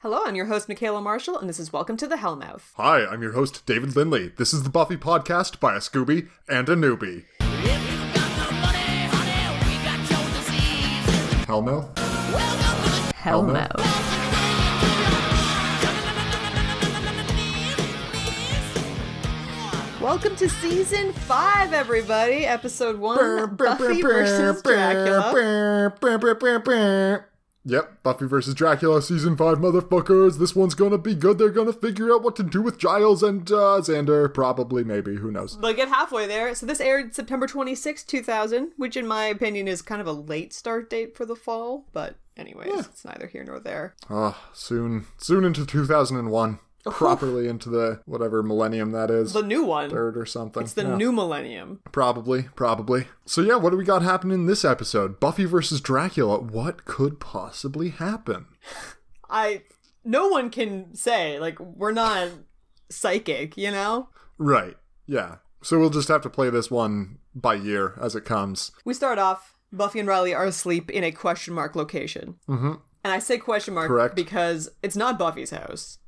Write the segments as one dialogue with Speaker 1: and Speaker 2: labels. Speaker 1: Hello, I'm your host, Michaela Marshall, and this is Welcome to the Hellmouth.
Speaker 2: Hi, I'm your host, David Lindley. This is the Buffy podcast by a Scooby and a newbie.
Speaker 3: If you got no money, honey, we got your disease.
Speaker 2: Hellmouth?
Speaker 3: Welcome to the
Speaker 2: Hellmouth.
Speaker 1: Welcome to season five, everybody. Episode one Oh, Buffy versus Dracula.
Speaker 2: Dracula. Yep, Buffy versus Dracula, season five, motherfuckers. This one's gonna be good. They're gonna figure out what to do with Giles and uh, Xander, probably, maybe, who knows?
Speaker 1: They'll get halfway there. So, this aired September twenty sixth, 2000, which, in my opinion, is kind of a late start date for the fall. But, anyways, it's neither here nor there.
Speaker 2: Ah, soon, soon into 2001, properly into the whatever millennium that is,
Speaker 1: The new one.
Speaker 2: third or something.
Speaker 1: It's the
Speaker 2: Yeah.
Speaker 1: new millennium.
Speaker 2: Probably, probably. So yeah, what do we got happening in this episode? Buffy versus Dracula. What could possibly happen?
Speaker 1: I. No one can say. Like, we're not psychic, you know?
Speaker 2: Right. Yeah. So we'll just have to play this one by year as it comes.
Speaker 1: We start off. Buffy and Riley are asleep in a question mark location. Mm-hmm. And I say question mark
Speaker 2: Correct.
Speaker 1: because it's not Buffy's house.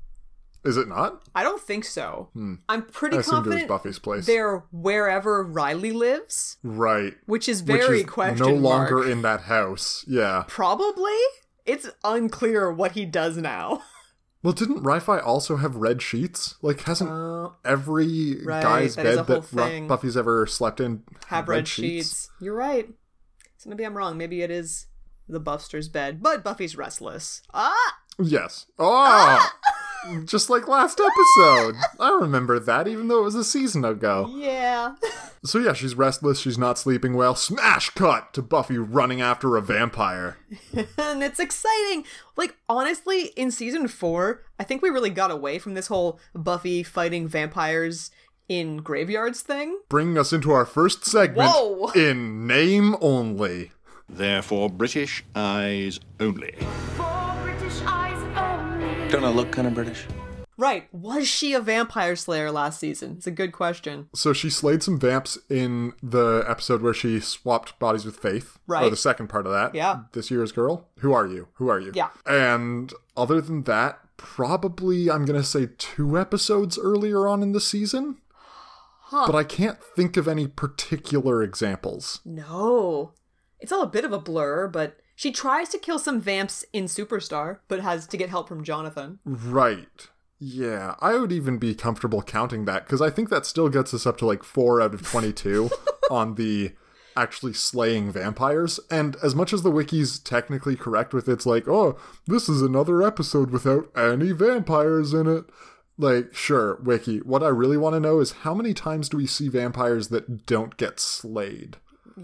Speaker 2: Is it not?
Speaker 1: I don't think so. I'm pretty
Speaker 2: Hmm. I assumed it was
Speaker 1: confident
Speaker 2: Buffy's place.
Speaker 1: they're wherever Riley lives,
Speaker 2: Right.
Speaker 1: which is
Speaker 2: Which
Speaker 1: very
Speaker 2: is
Speaker 1: question
Speaker 2: no
Speaker 1: mark.
Speaker 2: longer in that house. Yeah.
Speaker 1: Probably. It's unclear what he does now.
Speaker 2: Well, didn't Rifi also have red sheets? Like, hasn't every
Speaker 1: Uh, right,
Speaker 2: guy's
Speaker 1: that is a
Speaker 2: bed
Speaker 1: whole
Speaker 2: that Ru-
Speaker 1: thing.
Speaker 2: Buffy's ever slept in
Speaker 1: Have red, sheets. You're right. So maybe I'm wrong. Maybe it is the Buster's bed, but Buffy's restless. Ah,
Speaker 2: Yes. Oh, just like last episode. I remember that, even though it was a season ago.
Speaker 1: yeah.
Speaker 2: So yeah, she's restless. She's not sleeping well. Smash cut to Buffy running after a vampire.
Speaker 1: and it's exciting. Like honestly, in season 4, I think we really got away from this whole Buffy fighting vampires in graveyards thing.
Speaker 2: Bringing us into our first segment
Speaker 1: Whoa.
Speaker 2: in name only.
Speaker 4: Therefore, British eyes only.
Speaker 5: Don't I look kind of British?
Speaker 1: Right, was she a vampire slayer last season? It's a good question.
Speaker 2: So she slayed some vamps in the episode where she swapped bodies with Faith.
Speaker 1: Right.
Speaker 2: Or the second part of that.
Speaker 1: Yeah.
Speaker 2: This year's girl. Who are you? Who are you?
Speaker 1: Yeah.
Speaker 2: And other than that, probably I'm gonna say two episodes earlier on in the season. But I can't think of any particular examples.
Speaker 1: No. It's all a bit of a blur, but she tries to kill some vamps in Superstar, but has to get help from Jonathan.
Speaker 2: Mm. Right. Yeah, I would even be comfortable counting that because I think that still gets us up to like four out of 22 on the actually slaying vampires. And as much as the wiki's technically correct with it's like, oh, this is another episode without any vampires in it. Like, sure, wiki. What I really want to know is how many times do we see vampires that don't get slayed?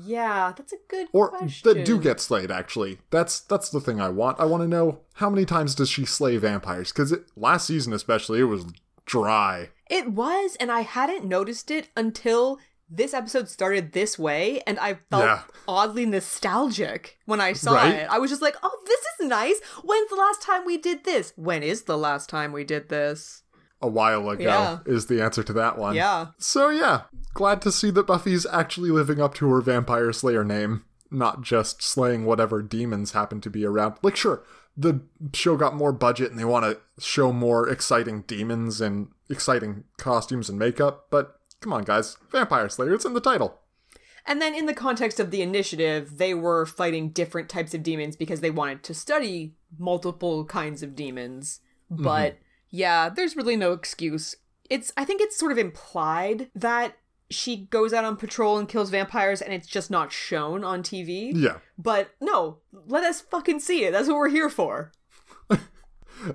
Speaker 1: Yeah, that's a good
Speaker 2: Or
Speaker 1: question.
Speaker 2: that do get slayed, actually. That's that's the thing I want. I want to know how many times does she slay vampires? Because last season, especially, it was dry.
Speaker 1: It was, and I hadn't noticed it until this episode started this way, and I felt
Speaker 2: Yeah.
Speaker 1: oddly nostalgic when I saw
Speaker 2: Right?
Speaker 1: it. I was just like, oh, this is nice. When's the last time we did this? When is the last time we did this?
Speaker 2: A while ago
Speaker 1: Yeah.
Speaker 2: is the answer to that one.
Speaker 1: Yeah.
Speaker 2: So yeah, glad to see that Buffy's actually living up to her vampire slayer name, not just slaying whatever demons happen to be around. Like, sure, the show got more budget and they want to show more exciting demons and exciting costumes and makeup, but come on, guys, vampire slayer. It's in the title.
Speaker 1: And then, in the context of the initiative, they were fighting different types of demons because they wanted to study multiple kinds of demons. But yeah, there's really no excuse. It's I think it's sort of implied that she goes out on patrol and kills vampires, and it's just not shown on TV.
Speaker 2: Yeah.
Speaker 1: But no, let us fucking see it. That's what we're here for.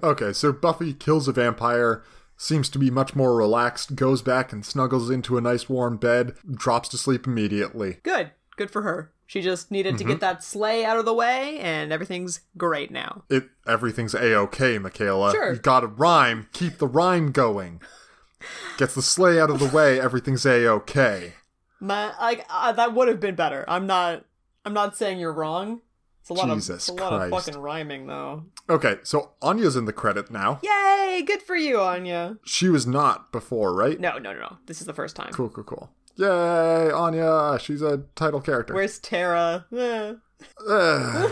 Speaker 2: Okay, so Buffy kills a vampire, seems to be much more relaxed, goes back and snuggles into a nice warm bed, drops to sleep immediately.
Speaker 1: Good, good for her. She just needed to get that sleigh out of the way, and everything's great now.
Speaker 2: It everything's a okay, Michaela.
Speaker 1: Sure.
Speaker 2: You gotta rhyme, keep the rhyme going. Gets the sleigh out of the way, everything's a okay.
Speaker 1: My, like uh, that would have been better. I'm not. I'm not saying you're wrong. It's a lot of
Speaker 2: Jesus
Speaker 1: it's a lot of
Speaker 2: Christ.
Speaker 1: fucking rhyming though.
Speaker 2: Okay, so Anya's in the credit now.
Speaker 1: Yay! Good for you, Anya.
Speaker 2: She was not before, right?
Speaker 1: No, no, no, no. This is the first time.
Speaker 2: Cool, cool, cool. Yay, Anya! She's a title character.
Speaker 1: Where's Tara? Eh.
Speaker 2: Ugh.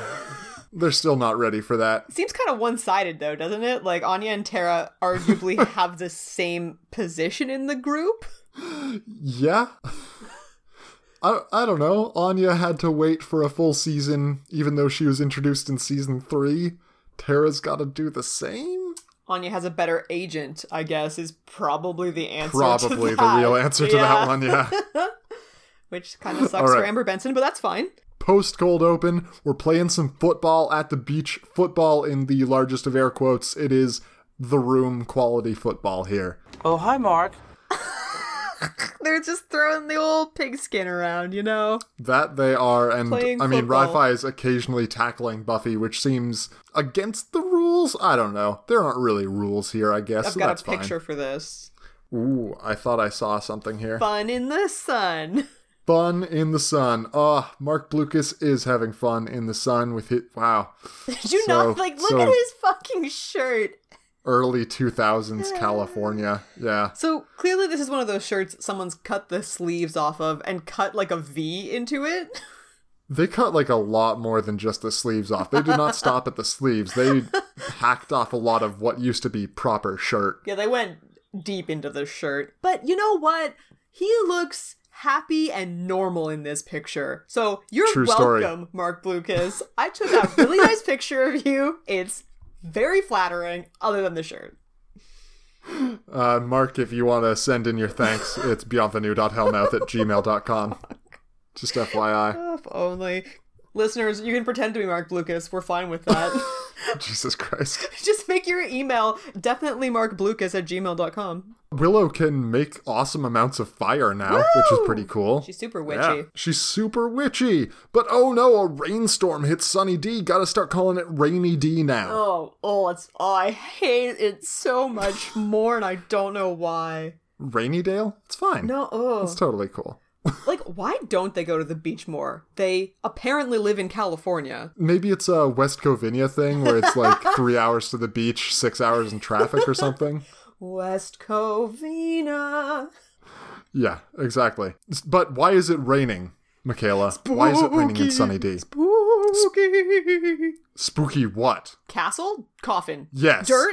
Speaker 2: They're still not ready for that.
Speaker 1: Seems kind of one sided though, doesn't it? Like Anya and Tara arguably have the same position in the group.
Speaker 2: Yeah. I, I don't know. Anya had to wait for a full season, even though she was introduced in season three. Tara's got to do the same?
Speaker 1: Anya has a better agent, I guess, is probably the answer.
Speaker 2: Probably
Speaker 1: to
Speaker 2: the
Speaker 1: that.
Speaker 2: real answer to
Speaker 1: Yeah.
Speaker 2: that one, yeah.
Speaker 1: Which kind of sucks
Speaker 2: All
Speaker 1: for
Speaker 2: right.
Speaker 1: Amber Benson, but that's fine.
Speaker 2: Post cold open, we're playing some football at the beach. Football in the largest of air quotes. It is the room quality football here.
Speaker 5: Oh, hi, Mark.
Speaker 1: They're just throwing the old pigskin around, you know?
Speaker 2: That they are, and
Speaker 1: Playing
Speaker 2: I mean,
Speaker 1: football.
Speaker 2: Wi-Fi is occasionally tackling Buffy, which seems against the rules. I don't know. There aren't really rules here, I guess.
Speaker 1: I've
Speaker 2: so
Speaker 1: got
Speaker 2: that's
Speaker 1: a picture for this.
Speaker 2: Fine. Ooh, I thought I saw something here.
Speaker 1: Fun in the sun.
Speaker 2: Fun in the sun. Ah, Mark Blucas is having fun in the sun with his wow
Speaker 1: Did you
Speaker 2: So-
Speaker 1: not like look
Speaker 2: so-
Speaker 1: at his fucking shirt?
Speaker 2: early two thousands California. Yeah,
Speaker 1: So clearly this is one of those shirts someone's cut the sleeves off of and cut like a V into it.
Speaker 2: they cut like a lot more than just the sleeves off. They did not stop at the sleeves. They hacked off a lot of what used to be proper shirt.
Speaker 1: Yeah, they went deep into the shirt. But you know what? He looks happy and normal in this picture. So you're
Speaker 2: True story.
Speaker 1: welcome, Mark Lucas. I took a really nice picture of you. It's very flattering, other than the shirt.
Speaker 2: Uh, Mark, if you want to send in your thanks, it's bienvenue.hellmouth at gmail.com. Just FYI.
Speaker 1: If only. Listeners, you can pretend to be Mark Lucas. We're fine with that.
Speaker 2: Jesus Christ.
Speaker 1: Just make your email definitely markblucas at gmail.com.
Speaker 2: Willow can make awesome amounts of fire now, which is pretty cool.
Speaker 1: She's super witchy.
Speaker 2: Yeah, she's super witchy. But oh no, a rainstorm hits Sunny D. Gotta start calling it Rainy D now.
Speaker 1: Oh, oh, it's oh, I hate it so much more, and I don't know why.
Speaker 2: Rainy Dale? It's fine.
Speaker 1: No, oh,
Speaker 2: It's totally cool.
Speaker 1: like why don't they go to the beach more? They apparently live in California.
Speaker 2: Maybe it's a West Covina thing where it's like three hours to the beach, six hours in traffic or something.
Speaker 1: West Covina.
Speaker 2: Yeah, exactly. S- But why is it raining, Michaela? Why is it raining in Sunny D?
Speaker 1: Spooky.
Speaker 2: Spooky what?
Speaker 1: Castle? Coffin.
Speaker 2: Yes. Oh.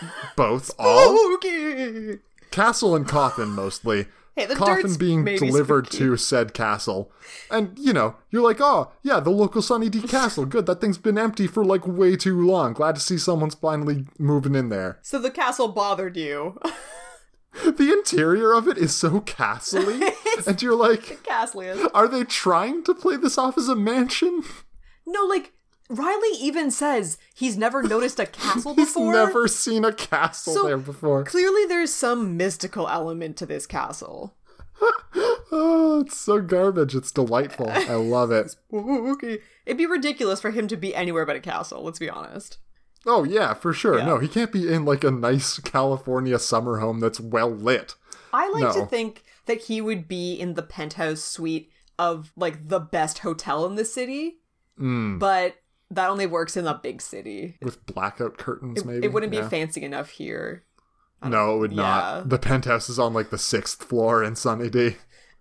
Speaker 1: Dirt?
Speaker 2: Both, all?
Speaker 1: Spooky.
Speaker 2: Castle and coffin mostly.
Speaker 1: Hey, the
Speaker 2: coffin
Speaker 1: dirt's
Speaker 2: being
Speaker 1: maybe
Speaker 2: delivered
Speaker 1: spooky.
Speaker 2: to said castle. And, you know, you're like, oh, yeah, the local Sunny D castle. Good, that thing's been empty for like way too long. Glad to see someone's finally moving in there.
Speaker 1: So the castle bothered you.
Speaker 2: The interior of it is so castly. and you're like,
Speaker 1: Castlius.
Speaker 2: are they trying to play this off as a mansion?
Speaker 1: No, like Riley even says he's never noticed a castle
Speaker 2: He's
Speaker 1: before.
Speaker 2: never seen a castle
Speaker 1: So-
Speaker 2: there before.
Speaker 1: Clearly, there's some mystical element to this castle.
Speaker 2: Oh, it's so garbage. It's delightful. I love it.
Speaker 1: Spooky. It'd be ridiculous for him to be anywhere but a castle, let's be honest.
Speaker 2: Oh, yeah, for sure.
Speaker 1: Yeah.
Speaker 2: No, he can't be in like a nice California summer home that's well lit.
Speaker 1: I like
Speaker 2: No.
Speaker 1: to think that he would be in the penthouse suite of like the best hotel in the city,
Speaker 2: Hmm.
Speaker 1: but that only works in a big city.
Speaker 2: With blackout curtains, maybe.
Speaker 1: It wouldn't be
Speaker 2: Yeah.
Speaker 1: fancy enough here.
Speaker 2: No, it would not.
Speaker 1: yeah.
Speaker 2: The penthouse is on like the sixth floor in Sunny D.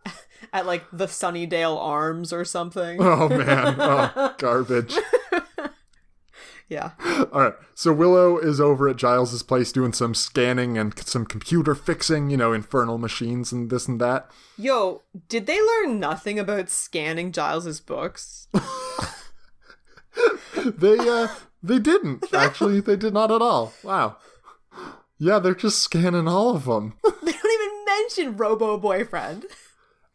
Speaker 1: At like the Sunnydale Arms or something.
Speaker 2: Oh, man. oh, garbage.
Speaker 1: yeah.
Speaker 2: All right. So Willow is over at Giles's place doing some scanning and c- some computer fixing, you know, infernal machines and this and that.
Speaker 1: Yo, did they learn nothing about scanning Giles's books?
Speaker 2: They uh they didn't actually. They did not at all. Wow. Yeah, they're just scanning all of them.
Speaker 1: they don't even mention Robo Boyfriend.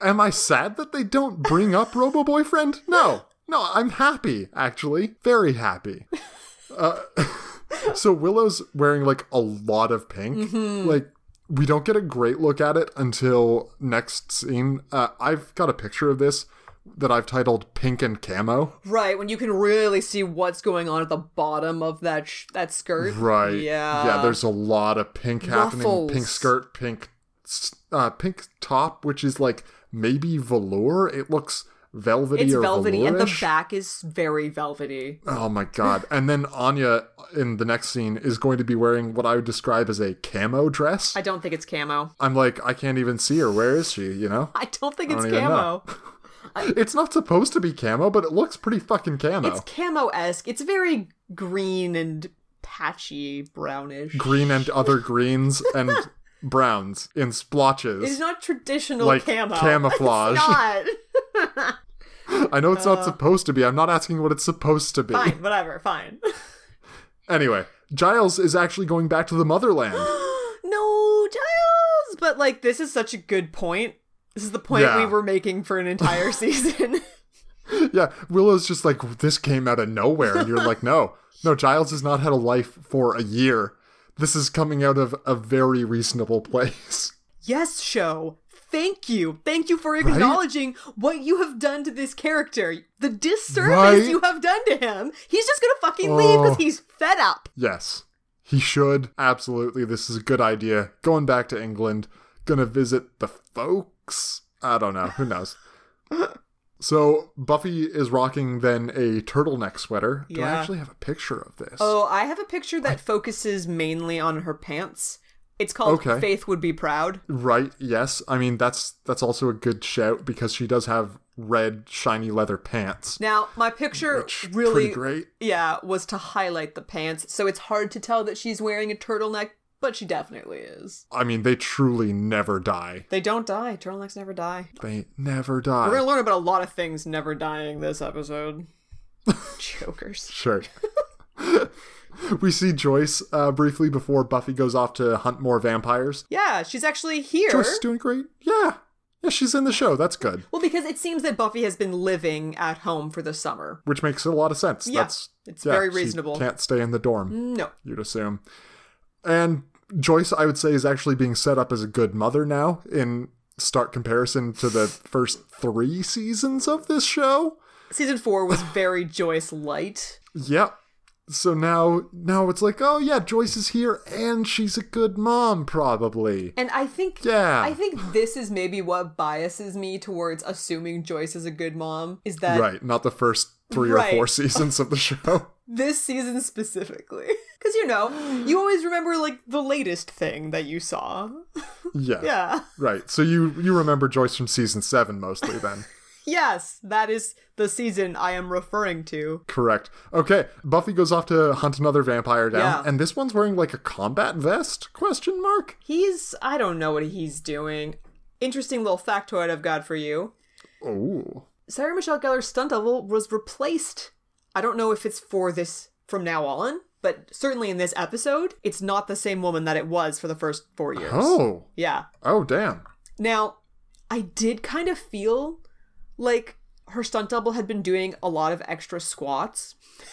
Speaker 2: Am I sad that they don't bring up Robo Boyfriend? No. No, I'm happy, actually. Very happy. Uh, so Willow's wearing like a lot of pink.
Speaker 1: Mm-hmm.
Speaker 2: Like, we don't get a great look at it until next scene. Uh, I've got a picture of this that I've titled Pink and Camo.
Speaker 1: Right, when you can really see what's going on at the bottom of that sh- that skirt.
Speaker 2: Right.
Speaker 1: Yeah.
Speaker 2: Yeah, there's a lot of pink happening. Pink
Speaker 1: Ruffles.
Speaker 2: skirt, pink s- uh pink top, which is like maybe velour. It looks velvety
Speaker 1: it's
Speaker 2: or
Speaker 1: velvety, and the
Speaker 2: velourish.
Speaker 1: back is very velvety.
Speaker 2: Oh my god. And then Anya in the next scene is going to be wearing what I would describe as a camo dress.
Speaker 1: I don't think it's camo.
Speaker 2: I'm like, I can't even see her. Where is she? You know?
Speaker 1: I don't think
Speaker 2: I
Speaker 1: it's
Speaker 2: don't even
Speaker 1: camo.
Speaker 2: It's not supposed to be camo, but it looks pretty fucking camo.
Speaker 1: It's camo esque. It's very green and patchy, brownish.
Speaker 2: green and other greens and browns in splotches.
Speaker 1: It's not traditional
Speaker 2: Like
Speaker 1: camo.
Speaker 2: camouflage.
Speaker 1: It's not.
Speaker 2: I know it's not supposed to be. I'm not asking what it's supposed to be.
Speaker 1: uh, fine, whatever, fine.
Speaker 2: Anyway, Giles is actually going back to the motherland.
Speaker 1: no, Giles! But, like, this is such a good point. This is the point
Speaker 2: Yeah.
Speaker 1: we were making for an entire season.
Speaker 2: yeah, Willow's just like, this came out of nowhere. And you're like, no, no, Giles has not had a life for a year. This is coming out of a very reasonable place.
Speaker 1: yes, show. Thank you. Thank you for acknowledging what you have done to this character. The disservice
Speaker 2: Right?
Speaker 1: you have done to him. He's just gonna fucking leave because
Speaker 2: Oh.
Speaker 1: he's fed up.
Speaker 2: Yes, he should. Absolutely. This is a good idea. Going back to England, gonna visit the folks. I don't know. Who knows? so Buffy is rocking then a turtleneck sweater. Do I
Speaker 1: Yeah.
Speaker 2: actually have a picture of this?
Speaker 1: Oh, I have a picture that focuses mainly on her pants. It's called
Speaker 2: Okay.
Speaker 1: Faith Would Be Proud.
Speaker 2: Right. Yes. I mean that's that's also a good shout because she does have red shiny leather pants.
Speaker 1: Now, my picture
Speaker 2: which is
Speaker 1: really
Speaker 2: pretty great.
Speaker 1: yeah, was to highlight the pants, so it's hard to tell that she's wearing a turtleneck, but she definitely is.
Speaker 2: I mean they truly never die.
Speaker 1: They don't die. Turtlenecks never die.
Speaker 2: They never die.
Speaker 1: We're gonna learn about a lot of things never dying this episode. Jokers.
Speaker 2: Sure. we see Joyce uh, briefly before Buffy goes off to hunt more vampires.
Speaker 1: Yeah, she's actually here.
Speaker 2: Joyce is doing great. Yeah. Yeah, she's in the show. That's good.
Speaker 1: well, because it seems that Buffy has been living at home for the summer.
Speaker 2: Which makes a lot of sense.
Speaker 1: Yeah,
Speaker 2: That's
Speaker 1: it's
Speaker 2: yeah,
Speaker 1: very
Speaker 2: she
Speaker 1: reasonable. Mm.
Speaker 2: can't stay in the dorm,
Speaker 1: No.
Speaker 2: you'd assume. And Joyce, I would say, is actually being set up as a good mother now in stark comparison to the first three seasons of this show.
Speaker 1: Season four was very Joyce light.
Speaker 2: Yep. So now now it's like, oh yeah, Joyce is here and she's a good mom, probably.
Speaker 1: And I think
Speaker 2: Yeah.
Speaker 1: I think this is maybe what biases me towards assuming Joyce is a good mom is that
Speaker 2: right, not the first three
Speaker 1: Right.
Speaker 2: or four seasons of the show.
Speaker 1: this season specifically cuz you know, you always remember like the latest thing that you saw.
Speaker 2: Yeah.
Speaker 1: Yeah.
Speaker 2: Right. So you you remember Joyce from season seven mostly then.
Speaker 1: Yes, that is the season I am referring to.
Speaker 2: Correct. Okay. Buffy goes off to hunt another vampire down,
Speaker 1: Yeah.
Speaker 2: and this one's wearing like a combat vest? Question mark?
Speaker 1: He's I don't know what he's doing. Interesting little factoid I've got for you.
Speaker 2: Oh.
Speaker 1: Sarah Michelle Gellar's stunt double was replaced. I don't know if it's for this from now on, but certainly in this episode, it's not the same woman that it was for the first four years.
Speaker 2: Oh.
Speaker 1: Yeah.
Speaker 2: Oh damn.
Speaker 1: Now, I did kind of feel like her stunt double had been doing a lot of extra squats.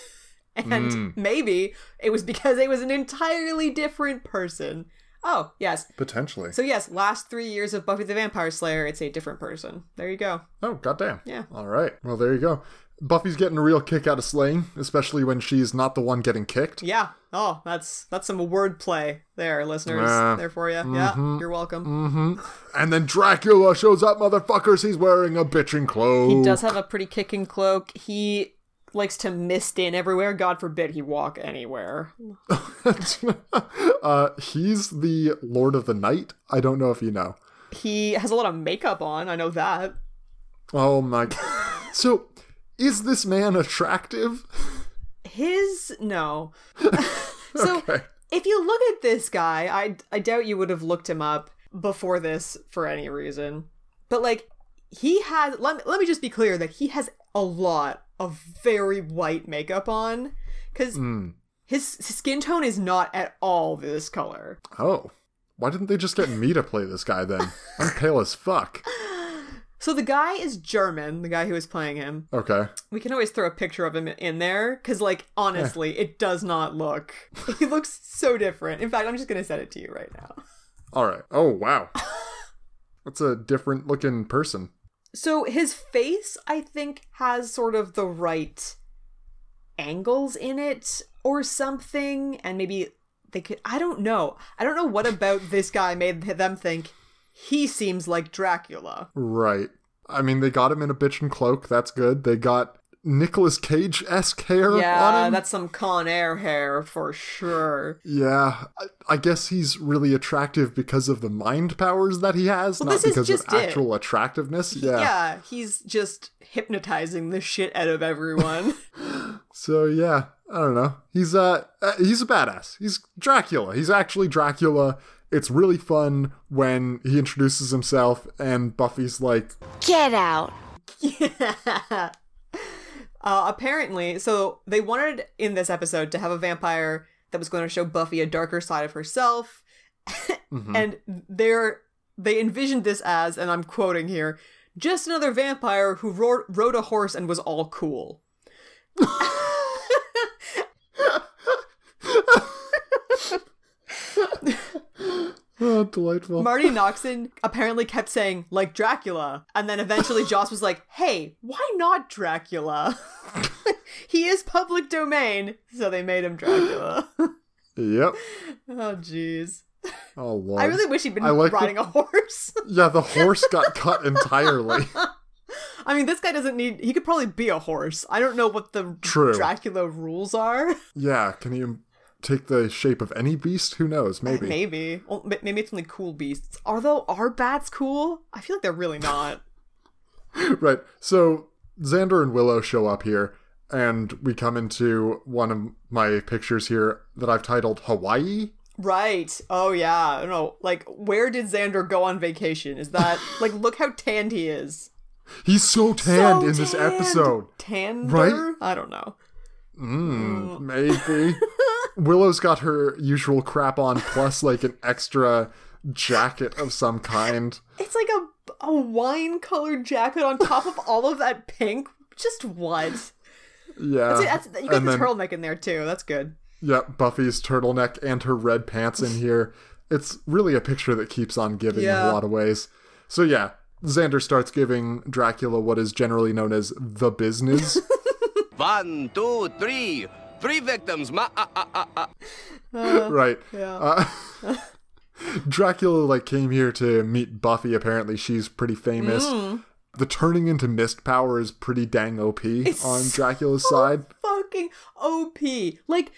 Speaker 1: And maybe it was because it was an entirely different person. Oh, yes.
Speaker 2: Potentially.
Speaker 1: So, yes, last three years of Buffy the Vampire Slayer, it's a different person. There you go.
Speaker 2: Oh, goddamn.
Speaker 1: Yeah.
Speaker 2: All right. Well, there you go. Buffy's getting a real kick out of slaying, especially when she's not the one getting kicked.
Speaker 1: Yeah. Oh, that's that's some wordplay there, listeners.
Speaker 2: Yeah.
Speaker 1: There for you. Yeah. You're welcome.
Speaker 2: And then Dracula shows up, motherfuckers. He's wearing a bitchin' cloak.
Speaker 1: He does have a pretty kicking cloak. He likes to mist in everywhere. God forbid he walk anywhere.
Speaker 2: uh, he's the Lord of the Night. I don't know if you know.
Speaker 1: He has a lot of makeup on. I know that.
Speaker 2: Oh my. so, is this man attractive?
Speaker 1: His no. so if you look at this guy, I I doubt you would have looked him up before this for any reason. But like he has let me, let me just be clear that he has a lot of very white makeup on cuz his, his skin tone is not at all this color.
Speaker 2: Oh. Why didn't they just get me to play this guy then? I'm pale as fuck.
Speaker 1: So the guy is German, the guy who is playing him.
Speaker 2: Okay.
Speaker 1: We can always throw a picture of him in there because, like, honestly, it does not look. He looks so different. In fact, I'm just going to send it to you right now.
Speaker 2: All right. Oh, wow. That's a different looking person.
Speaker 1: So his face, I think, has sort of the right angles in it or something. And maybe they could. I don't know. I don't know what about this guy made them think he seems like Dracula.
Speaker 2: Right. I mean, they got him in a bitchin' cloak. That's good. They got Nicolas Cage esque hair on
Speaker 1: Yeah,
Speaker 2: him.
Speaker 1: that's some Con Air hair for sure.
Speaker 2: yeah, I, I guess he's really attractive because of the mind powers that he has,
Speaker 1: Well,
Speaker 2: not
Speaker 1: this is
Speaker 2: because of
Speaker 1: just it.
Speaker 2: actual attractiveness. Yeah.
Speaker 1: yeah, he's just hypnotizing the shit out of everyone.
Speaker 2: So yeah, I don't know. He's uh, uh he's a badass. He's Dracula. He's actually Dracula. It's really fun when he introduces himself and Buffy's like,
Speaker 6: Get out.
Speaker 1: uh, apparently, so they wanted in this episode to have a vampire that was going to show Buffy a darker side of herself, and they're they envisioned this as, and I'm quoting here, just another vampire who ro- rode a horse and was all cool.
Speaker 2: "Oh, delightful."
Speaker 1: Marty Noxon apparently kept saying like Dracula, and then eventually Joss was like, "Hey, why not Dracula? he is public domain, so they made him Dracula."
Speaker 2: yep.
Speaker 1: oh, jeez.
Speaker 2: Oh lord.
Speaker 1: I really wish he'd been
Speaker 2: I like
Speaker 1: riding a horse.
Speaker 2: yeah, the horse got cut entirely.
Speaker 1: I mean, this guy doesn't need. He could probably be a horse. I don't know what the
Speaker 2: True.
Speaker 1: Dracula rules are.
Speaker 2: yeah, can you take the shape of any beast? Who knows? Maybe.
Speaker 1: Maybe. Well, ma- maybe it's only cool beasts. Although, are bats cool? I feel like they're really not.
Speaker 2: Right. So Xander and Willow show up here, and we come into one of my pictures here that I've titled Hawaii.
Speaker 1: right. Oh, yeah. I don't know. Like, where did Xander go on vacation? Is that. like, look how tanned he is.
Speaker 2: He's so tanned
Speaker 1: So
Speaker 2: in this
Speaker 1: tanned.
Speaker 2: episode.
Speaker 1: Tanned?
Speaker 2: Right?
Speaker 1: I don't know.
Speaker 2: Mm, maybe. Willow's got her usual crap on, plus like an extra jacket of some kind.
Speaker 1: It's like a, a wine colored jacket on top of all of that pink. Just what?
Speaker 2: Yeah.
Speaker 1: Dude, that's, you got
Speaker 2: and
Speaker 1: the
Speaker 2: then,
Speaker 1: turtleneck in there too. That's good.
Speaker 2: Yeah, Buffy's turtleneck and her red pants in here. It's really a picture that keeps on giving in
Speaker 1: Yeah.
Speaker 2: a lot of ways. So yeah, Xander starts giving Dracula what is generally known as the business.
Speaker 7: One, two, three. Three victims. Ma-
Speaker 5: uh,
Speaker 7: ah, ah, ah, ah.
Speaker 2: right.
Speaker 1: Yeah.
Speaker 2: Uh, Dracula like came here to meet Buffy. Apparently, she's pretty famous.
Speaker 1: Mm.
Speaker 2: The turning into mist power is pretty dang OP on Dracula's side.
Speaker 1: Fucking OP. Like,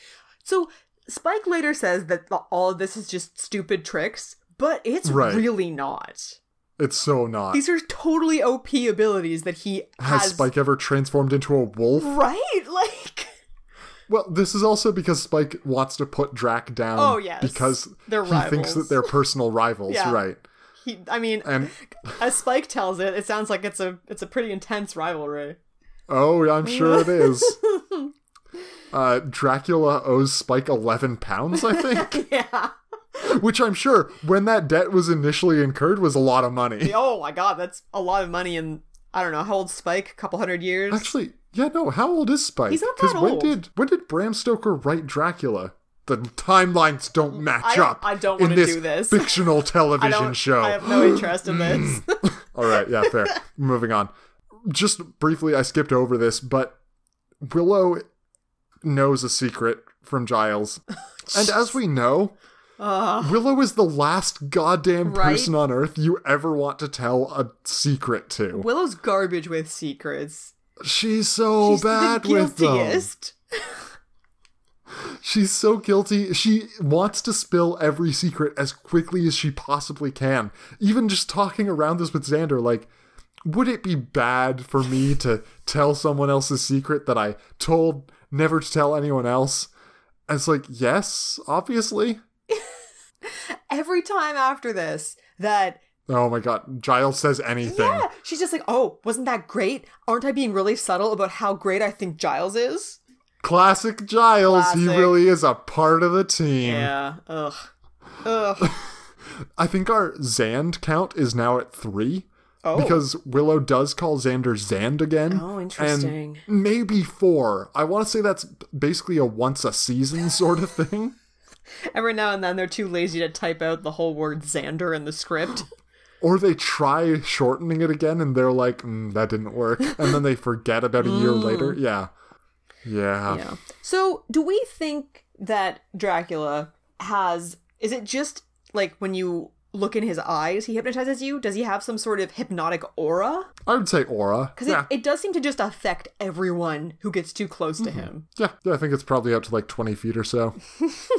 Speaker 1: so Spike later says that the- all of this is just stupid tricks, but it's
Speaker 2: Right.
Speaker 1: really not.
Speaker 2: It's so not.
Speaker 1: These are totally OP abilities that he
Speaker 2: Has
Speaker 1: has.
Speaker 2: Spike ever transformed into a wolf?
Speaker 1: Right? Like,
Speaker 2: Well, this is also because Spike wants to put Drac down.
Speaker 1: Oh, yes.
Speaker 2: Um, because
Speaker 1: They're
Speaker 2: he thinks
Speaker 1: rivals.
Speaker 2: that they're Eh. personal rivals,
Speaker 1: Yeah.
Speaker 2: right?
Speaker 1: he, I mean,
Speaker 2: And
Speaker 1: as Spike tells it, it sounds like it's a it's a pretty intense rivalry.
Speaker 2: oh, I'm sure it is. Uh, Dracula owes Spike 11 pounds, I think,
Speaker 1: Yeah.
Speaker 2: which I'm sure when that debt was initially incurred was a lot of money.
Speaker 1: Oh my god, that's a lot of money and I don't know, how old Spike? A couple hundred years?
Speaker 2: Actually, yeah, no. How old is Spike?
Speaker 1: He's not
Speaker 2: 'Cause
Speaker 1: that
Speaker 2: when
Speaker 1: old.
Speaker 2: did when did Bram Stoker write Dracula? The timelines don't match
Speaker 1: I don't-
Speaker 2: up.
Speaker 1: I don't
Speaker 2: in
Speaker 1: wanna do this.
Speaker 2: fictional
Speaker 1: I
Speaker 2: television
Speaker 1: don't
Speaker 2: show.
Speaker 1: I have no interest in this.
Speaker 2: All right, yeah, fair. Moving on. Just briefly, I skipped over this, but Willow knows a secret from Giles. And as we know, Willow is the last goddamn
Speaker 1: Ah. Right?
Speaker 2: person on Earth you ever want to tell a secret to.
Speaker 1: Willow's garbage with secrets.
Speaker 2: She's so
Speaker 1: She's
Speaker 2: Oh, bad
Speaker 1: the
Speaker 2: with them.
Speaker 1: guiltiest.
Speaker 2: She's so guilty. She wants to spill every secret as quickly as she possibly can. Even just talking around this with Xander, like, would it be bad for me to tell someone else's secret that I told never to tell anyone else? And it's like, yes, obviously.
Speaker 1: Every time after this that
Speaker 2: Oh my god, Giles says anything.
Speaker 1: yeah, she's just like, "Oh, wasn't that great? Aren't I being really subtle about how great I think Giles is?"
Speaker 2: Classic Giles, he
Speaker 1: Classic.
Speaker 2: really is a part of the team.
Speaker 1: Yeah. Ugh. Ugh.
Speaker 2: I think our Zand count is now at three.
Speaker 1: Oh.
Speaker 2: Because Willow does call Xander Zand again.
Speaker 1: Oh, interesting.
Speaker 2: And maybe four. I want to say that's basically a once a season sort of thing.
Speaker 1: Every now and then they're too lazy to type out the whole word Xander in the script.
Speaker 2: Or they try shortening it again and they're like, mm, that didn't work. And then they forget about a year later. Yeah.
Speaker 1: Mm.
Speaker 2: Yeah.
Speaker 1: Yeah. So, do we think that Dracula has is it just like when you look in his eyes, he hypnotizes you? Does he have some sort of hypnotic aura?
Speaker 2: I would say aura.
Speaker 1: Because
Speaker 2: Yeah.
Speaker 1: it, it does seem to just affect everyone who gets too close to him.
Speaker 2: yeah, yeah, I think it's probably up to like 20 feet or so.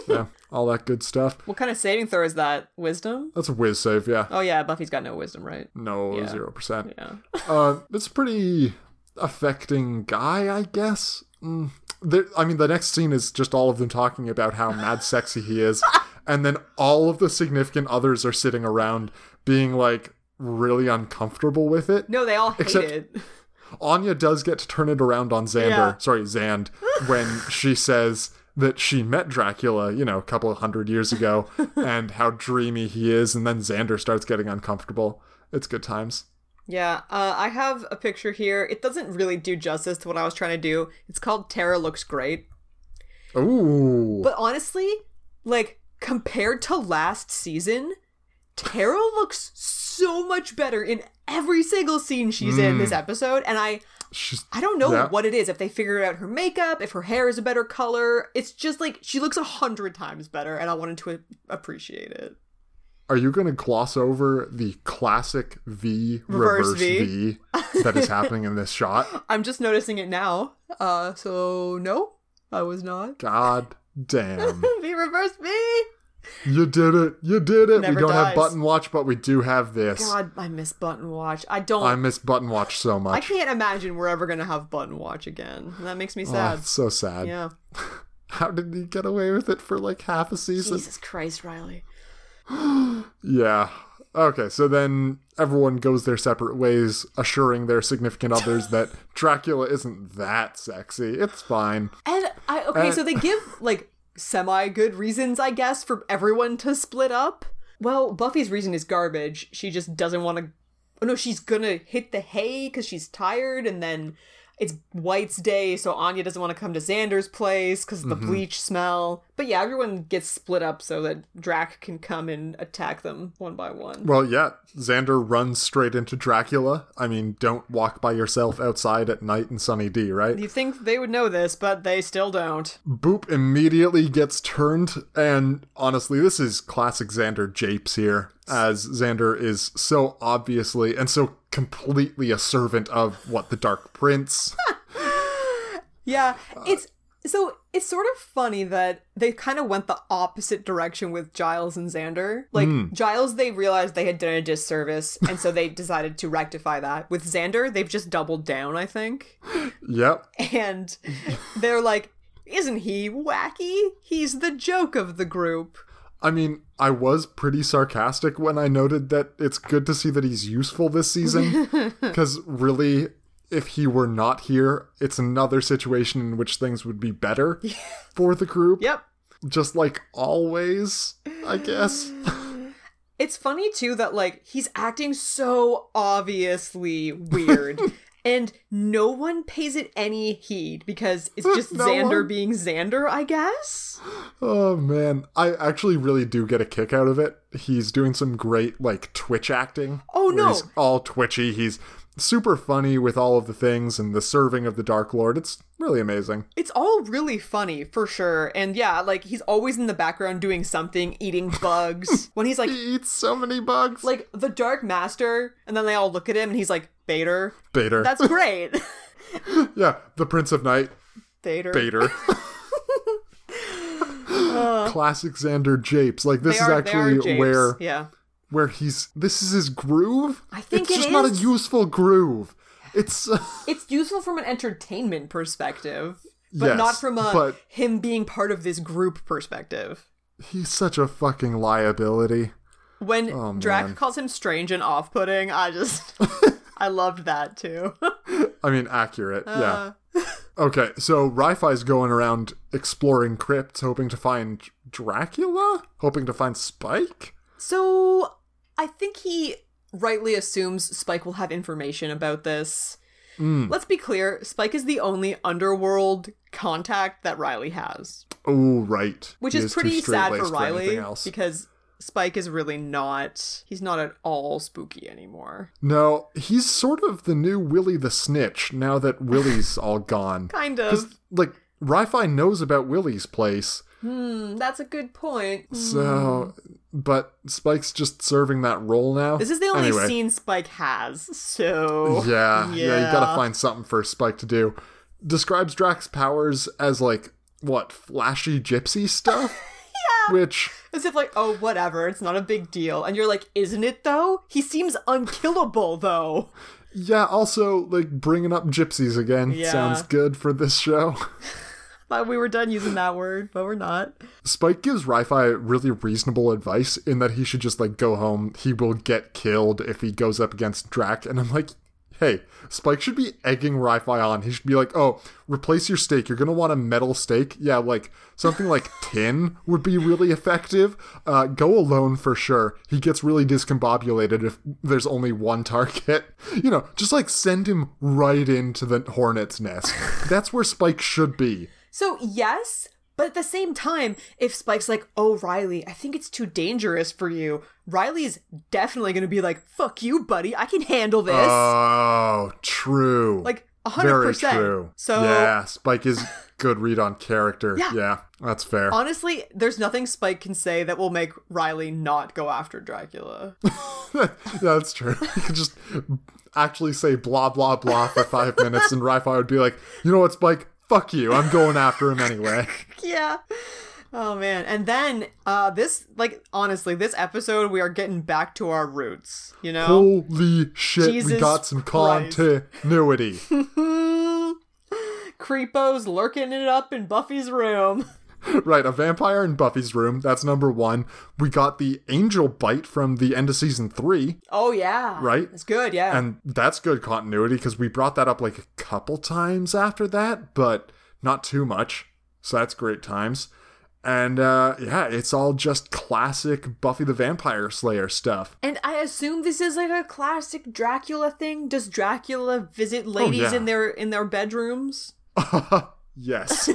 Speaker 2: yeah, all that good stuff.
Speaker 1: What kind of saving throw is that? Wisdom?
Speaker 2: That's a whiz save, yeah.
Speaker 1: Oh yeah, Buffy's got no wisdom, right?
Speaker 2: No,
Speaker 1: Yeah.
Speaker 2: 0%.
Speaker 1: Yeah.
Speaker 2: uh, it's a pretty affecting guy, I guess. Mm. There, I mean, the next scene is just all of them talking about how mad sexy he is, and then all of the significant others are sitting around being like really uncomfortable with it.
Speaker 1: No, they all hate
Speaker 2: Except-
Speaker 1: it.
Speaker 2: Anya does get to turn it around on Xander,
Speaker 1: Yeah.
Speaker 2: sorry, Zand, when she says that she met Dracula, you know, a couple of hundred years ago, and how dreamy he is, and then Xander starts getting uncomfortable. It's good times.
Speaker 1: Yeah, uh, I have a picture here. It doesn't really do justice to what I was trying to do. It's called Tara Looks Great.
Speaker 2: Ooh.
Speaker 1: But honestly, like, compared to last season, Tara looks so much better in every single scene she's in this episode. And I,
Speaker 2: She's
Speaker 1: I don't know
Speaker 2: Yeah.
Speaker 1: what it is. If they figured out her makeup, if her hair is a better color, it's just like she looks a hundred times better. And I wanted to appreciate it.
Speaker 2: Are you going to gloss over the classic V
Speaker 1: Reverse
Speaker 2: reverse, v. that is happening in this shot?
Speaker 1: I'm just noticing it now. Uh, so no, I was not.
Speaker 2: God damn.
Speaker 1: Be reversed me.
Speaker 2: You did it. You did it.
Speaker 1: Never
Speaker 2: we don't
Speaker 1: dies.
Speaker 2: have button watch, but we do have this.
Speaker 1: God, I miss Button Watch. I don't.
Speaker 2: I miss button watch so
Speaker 1: I
Speaker 2: much.
Speaker 1: can't imagine we're ever gonna have Button Watch again. That makes me
Speaker 2: Oh,
Speaker 1: sad.
Speaker 2: it's so sad.
Speaker 1: yeah.
Speaker 2: How did he get away with it for like half a season?
Speaker 1: Jesus Christ, Riley.
Speaker 2: Yeah. Okay, so then everyone goes their separate ways, assuring their significant others that Dracula isn't that sexy. It's fine.
Speaker 1: And I okay,
Speaker 2: Uh,
Speaker 1: so they give like semi good reasons, I guess, for everyone to split up. Well, Buffy's reason is garbage. She just doesn't want to. Oh no, she's gonna hit the hay because she's tired, and then it's White's day, so Anya doesn't want to come to Xander's place because the bleach smell. But yeah, everyone gets split up so that Drac can come and attack them one by one.
Speaker 2: Well, yeah, Xander runs straight into Dracula. I mean, don't walk by yourself outside at night in Sunny D, right?
Speaker 1: You think they would know this, but they still don't.
Speaker 2: Boop immediately gets turned, and honestly, this is classic Xander japes here, as Xander is so obviously and so completely a servant of what the Dark Prince.
Speaker 1: Yeah, it's so it's sort of funny that they kind of went the opposite direction with Giles and Xander. Like Giles, they realized they had done a disservice, and so they decided to rectify that. With Xander, they've just doubled down, I think,
Speaker 2: yep.
Speaker 1: and they're like, "Isn't he wacky? He's the joke of the group."
Speaker 2: I mean, I was pretty sarcastic when I noted that it's good to see that he's useful this season. Because really, if he were not here, it's another situation in which things would be better for the group.
Speaker 1: Yep.
Speaker 2: Just like always, I guess.
Speaker 1: It's funny too that like he's acting so obviously weird. And no one pays it any heed because it's just
Speaker 2: No
Speaker 1: Xander
Speaker 2: one.
Speaker 1: being Xander, I guess.
Speaker 2: Oh man, I actually really do get a kick out of it. He's doing some great like Twitch acting.
Speaker 1: Oh,
Speaker 2: where
Speaker 1: no.
Speaker 2: He's all twitchy. He's super funny with all of the things and the serving of the Dark Lord. It's really amazing.
Speaker 1: It's all really funny for sure. And yeah, like he's always in the background doing something, eating bugs. when he's like
Speaker 2: He eats so many bugs.
Speaker 1: like the Dark Master, and then they all look at him and he's like, Bader.
Speaker 2: Bader.
Speaker 1: That's great.
Speaker 2: yeah, the Prince of Night,
Speaker 1: Bader.
Speaker 2: Bader. Classic Xander Japes. Like this
Speaker 1: They
Speaker 2: is
Speaker 1: are- they are
Speaker 2: actually
Speaker 1: japes.
Speaker 2: where
Speaker 1: Yeah.
Speaker 2: where he's this is his groove. I
Speaker 1: think
Speaker 2: it's
Speaker 1: it
Speaker 2: just not a
Speaker 1: is.
Speaker 2: useful groove. It's
Speaker 1: It's useful from an entertainment perspective. But
Speaker 2: Yes,
Speaker 1: not from a
Speaker 2: but-
Speaker 1: him being part of this group perspective.
Speaker 2: he's such a fucking liability.
Speaker 1: When Drac
Speaker 2: Oh, man.
Speaker 1: calls him strange and off putting, I just I loved that too.
Speaker 2: I mean, accurate.
Speaker 1: Uh.
Speaker 2: yeah. Okay, so Wi-Fi's going around exploring crypts, hoping to find Dracula, hoping to find Spike.
Speaker 1: So I think he rightly assumes Spike will have information about this.
Speaker 2: Hmm.
Speaker 1: Let's be clear Spike is the only underworld contact that Riley has,
Speaker 2: Oh, right.
Speaker 1: which
Speaker 2: He
Speaker 1: is,
Speaker 2: too
Speaker 1: pretty sad for
Speaker 2: straight-laced
Speaker 1: Riley
Speaker 2: anything else.
Speaker 1: because Spike is really not, he's not at all spooky anymore.
Speaker 2: No, he's sort of the new Willy the Snitch now that Willy's all gone.
Speaker 1: Kind
Speaker 2: 'Cause,
Speaker 1: of.
Speaker 2: Like,
Speaker 1: Hmm,
Speaker 2: Ri-Fi knows about Willy's place,
Speaker 1: That's a good point.
Speaker 2: so but Spike's just serving that role now.
Speaker 1: Mm. This is the only
Speaker 2: Anyway.
Speaker 1: scene Spike has, so
Speaker 2: Yeah, yeah, you gotta
Speaker 1: Yeah.
Speaker 2: find something for Spike to do. Describes Drax powers as like what flashy gypsy stuff, yeah. Which
Speaker 1: as if like, oh, whatever, it's not a big deal. And you're like, isn't it though? He seems unkillable though.
Speaker 2: yeah, also like bringing up gypsies again
Speaker 1: Yeah.
Speaker 2: sounds good for this show.
Speaker 1: Thought we were done using that word, but we're not.
Speaker 2: Spike gives Rifi really reasonable advice in that he should just like go home. He will get killed if he goes up against Drac. And I'm like, hey, Spike should be egging Rifi on. He should be like, oh, replace your steak. You're gonna want a metal steak. Yeah, like something like tin would be really effective. Uh, go alone for sure. He gets really discombobulated if there's only one target. You know, just like send him right into the hornet's nest. That's where Spike should be.
Speaker 1: So yes, but at the same time, if Spike's like, oh Riley, I think it's too dangerous for you, Riley's definitely gonna be like, fuck you, buddy, I can handle this.
Speaker 2: Oh, true.
Speaker 1: like hundred
Speaker 2: Very
Speaker 1: percent.
Speaker 2: true.
Speaker 1: So
Speaker 2: yeah, Spike is good read on character.
Speaker 1: Yeah.
Speaker 2: Yeah, that's fair.
Speaker 1: honestly, there's nothing Spike can say that will make Riley not go after Dracula.
Speaker 2: that's true. You could just actually say blah blah blah for five minutes, and Rifi would be like, "You know what, Spike? Fuck you. I'm going after him anyway."
Speaker 1: yeah. Oh man. And then uh this like honestly, this episode we are getting back to our roots, you know?
Speaker 2: Holy shit!
Speaker 1: Jesus
Speaker 2: we got some
Speaker 1: Christ.
Speaker 2: continuity.
Speaker 1: Creepos lurking it up in Buffy's room.
Speaker 2: right, a vampire in Buffy's room. That's number one. We got the angel bite from the end of season three.
Speaker 1: Oh yeah.
Speaker 2: Right.
Speaker 1: That's good, yeah.
Speaker 2: And that's good continuity because we brought that up like a couple times after that, but not too much. So that's great times. And uh, yeah, it's all just classic Buffy the Vampire Slayer stuff.
Speaker 1: And I assume this is like a classic Dracula thing. Does Dracula visit ladies
Speaker 2: Oh, yeah.
Speaker 1: in their in their bedrooms?
Speaker 2: Yes.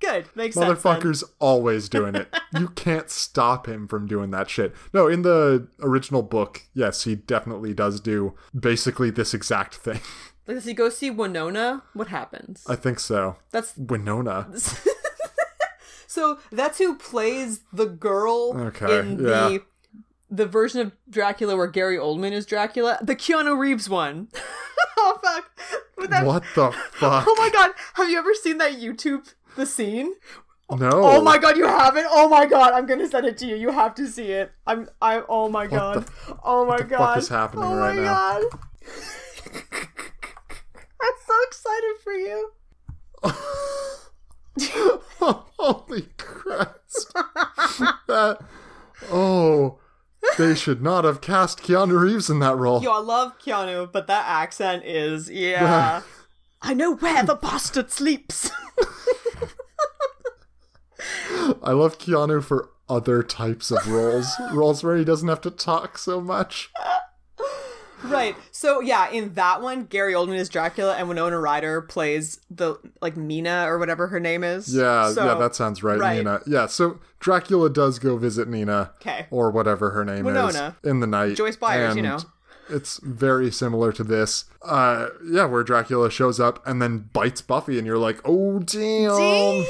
Speaker 1: Good, makes sense. then.
Speaker 2: Motherfucker's always doing it. You can't stop him from doing that shit. No, in the original book, yes, he definitely does do basically this exact thing.
Speaker 1: Like, does he go see Winona? What happens?
Speaker 2: I think so.
Speaker 1: That's
Speaker 2: Winona.
Speaker 1: so. That's who plays the girl
Speaker 2: Okay,
Speaker 1: in
Speaker 2: yeah.
Speaker 1: the the version of Dracula where Gary Oldman is Dracula, the Keanu Reeves one. oh fuck! But that-
Speaker 2: What the fuck?
Speaker 1: Oh my god! Have you ever seen that YouTube the scene?
Speaker 2: No.
Speaker 1: Oh my god, you have it! Oh my god, I'm gonna send it to you. You have to see it. I'm I oh my god.
Speaker 2: the-
Speaker 1: oh my
Speaker 2: the fuck
Speaker 1: god.
Speaker 2: is happening
Speaker 1: oh
Speaker 2: right
Speaker 1: my
Speaker 2: now?
Speaker 1: god. I'm so excited for you.
Speaker 2: Holy Christ. that, oh, they should not have cast Keanu Reeves in that role.
Speaker 1: Yo, I love Keanu, but that accent is yeah. I know where the bastard sleeps.
Speaker 2: I love Keanu for other types of roles, roles where he doesn't have to talk so much.
Speaker 1: right. So yeah, in that one, Gary Oldman is Dracula and Winona Ryder plays the like Mina or whatever her name is.
Speaker 2: Yeah,
Speaker 1: So-
Speaker 2: yeah, that sounds right,
Speaker 1: right.
Speaker 2: Nina. Yeah, so Dracula does go visit Nina.
Speaker 1: 'Kay.
Speaker 2: Or whatever her name
Speaker 1: Winona.
Speaker 2: is. In the night.
Speaker 1: Joyce Byers, you
Speaker 2: and
Speaker 1: know.
Speaker 2: It's very similar to this. Uh yeah, where Dracula shows up and then bites Buffy and you're like, oh
Speaker 1: Damn.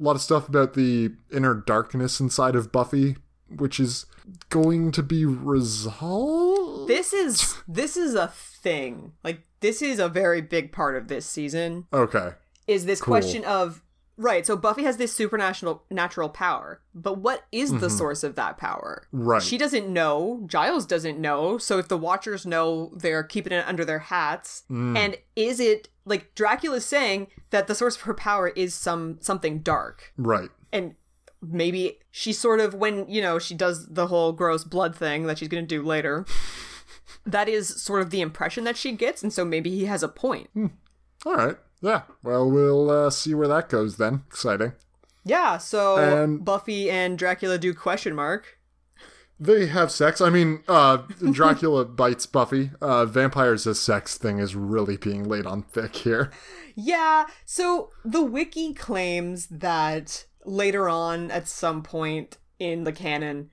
Speaker 2: a lot of stuff about the inner darkness inside of Buffy, which is going to be resolved.
Speaker 1: This is this is a thing. Like this is a very big part of this season.
Speaker 2: okay.
Speaker 1: Is this question of right? So Buffy has this supernatural natural power, but what is the source of that power?
Speaker 2: Right.
Speaker 1: She doesn't know. Giles doesn't know. So if the Watchers know, they're keeping it under their hats. And is it like Dracula's saying that the source of her power is some something dark?
Speaker 2: Right.
Speaker 1: and maybe she sort of when you know she does the whole gross blood thing that she's going to do later that is sort of the impression that she gets and so maybe he has a point
Speaker 2: All right. Yeah. Well, we'll uh, see where that goes then. Exciting.
Speaker 1: yeah so
Speaker 2: And-
Speaker 1: buffy and dracula do question mark
Speaker 2: They have sex. I mean, uh, Dracula bites Buffy. Uh, vampires as sex thing is really being laid on thick here.
Speaker 1: yeah so the wiki claims that later on at some point in the canon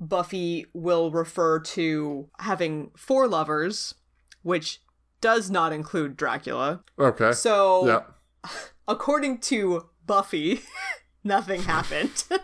Speaker 1: buffy will refer to having four lovers which does not include dracula
Speaker 2: Okay.
Speaker 1: so
Speaker 2: yeah.
Speaker 1: according to Buffy, nothing happened.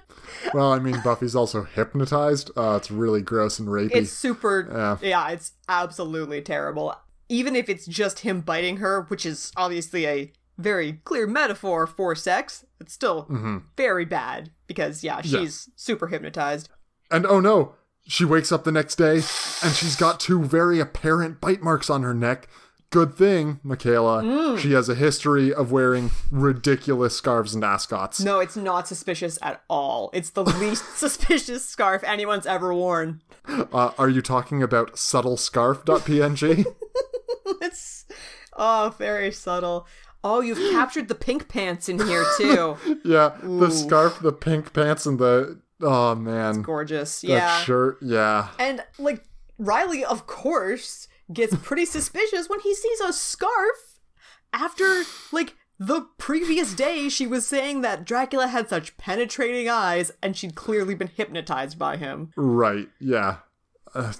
Speaker 2: Well, I mean, Buffy's also hypnotized. Uh, it's really gross and rapey.
Speaker 1: It's super. yeah, it's absolutely terrible. Even if it's just him biting her, which is obviously a very clear metaphor for sex, it's still very bad because, yeah, she's super hypnotized.
Speaker 2: And oh no, she wakes up the next day and she's got two very apparent bite marks on her neck. Good thing, Michaela,
Speaker 1: Mm.
Speaker 2: she has a history of wearing ridiculous scarves and ascots.
Speaker 1: No, it's not suspicious at all. It's the least suspicious scarf anyone's ever worn.
Speaker 2: Uh, are you talking about subtlescarf.png?
Speaker 1: It's, oh, very subtle. Oh, you've captured the pink pants in here, too.
Speaker 2: yeah, the scarf, the pink pants, and the. Oh man.
Speaker 1: Gorgeous.
Speaker 2: That
Speaker 1: Yeah.
Speaker 2: shirt, yeah.
Speaker 1: And like Riley, of course, gets pretty suspicious when he sees a scarf after like the previous day she was saying that Dracula had such penetrating eyes and she'd clearly been hypnotized by him.
Speaker 2: Right, yeah. Uh,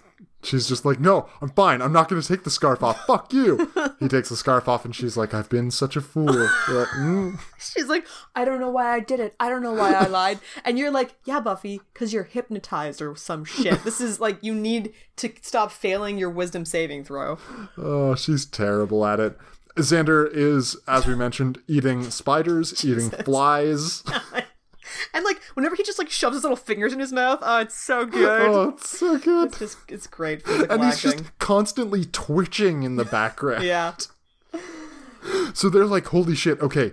Speaker 2: she's just like, no, I'm fine. I'm not going to take the scarf off. Fuck you. he takes the scarf off, and she's like, I've been such a fool. You're like, "Mm,
Speaker 1: She's like, I don't know why I did it. I don't know why I lied. And you're like, yeah, Buffy, because you're hypnotized or some shit. This is like, you need to stop failing your wisdom saving throw.
Speaker 2: Oh, she's terrible at it. Xander is, as we mentioned, eating spiders, eating flies.
Speaker 1: And like, whenever he just like shoves his little fingers in his mouth, oh, it's so good.
Speaker 2: Oh, it's so good.
Speaker 1: It's just, it's great physical
Speaker 2: And he's
Speaker 1: acting.
Speaker 2: just constantly twitching in the background.
Speaker 1: Yeah.
Speaker 2: So they're like, holy shit, okay.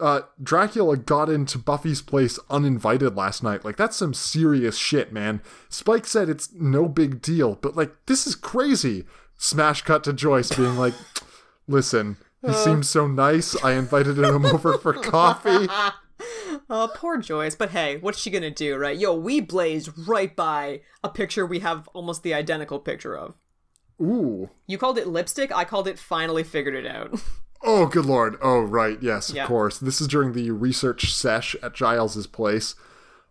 Speaker 2: Uh, Dracula got into Buffy's place uninvited last night. Like, that's some serious shit, man. Spike said it's no big deal, but like, this is crazy. Smash cut to Joyce being like, listen, he seems so nice. I invited him over for coffee.
Speaker 1: Oh, poor Joyce. But hey, what's she gonna do, right? Yo, we blazed right by a picture we have almost the identical picture of.
Speaker 2: Ooh.
Speaker 1: You called it lipstick. I called it finally figured it out.
Speaker 2: Oh, good lord. Oh, right. Yes,
Speaker 1: Yeah.
Speaker 2: of course. This is during the research sesh at Giles's place.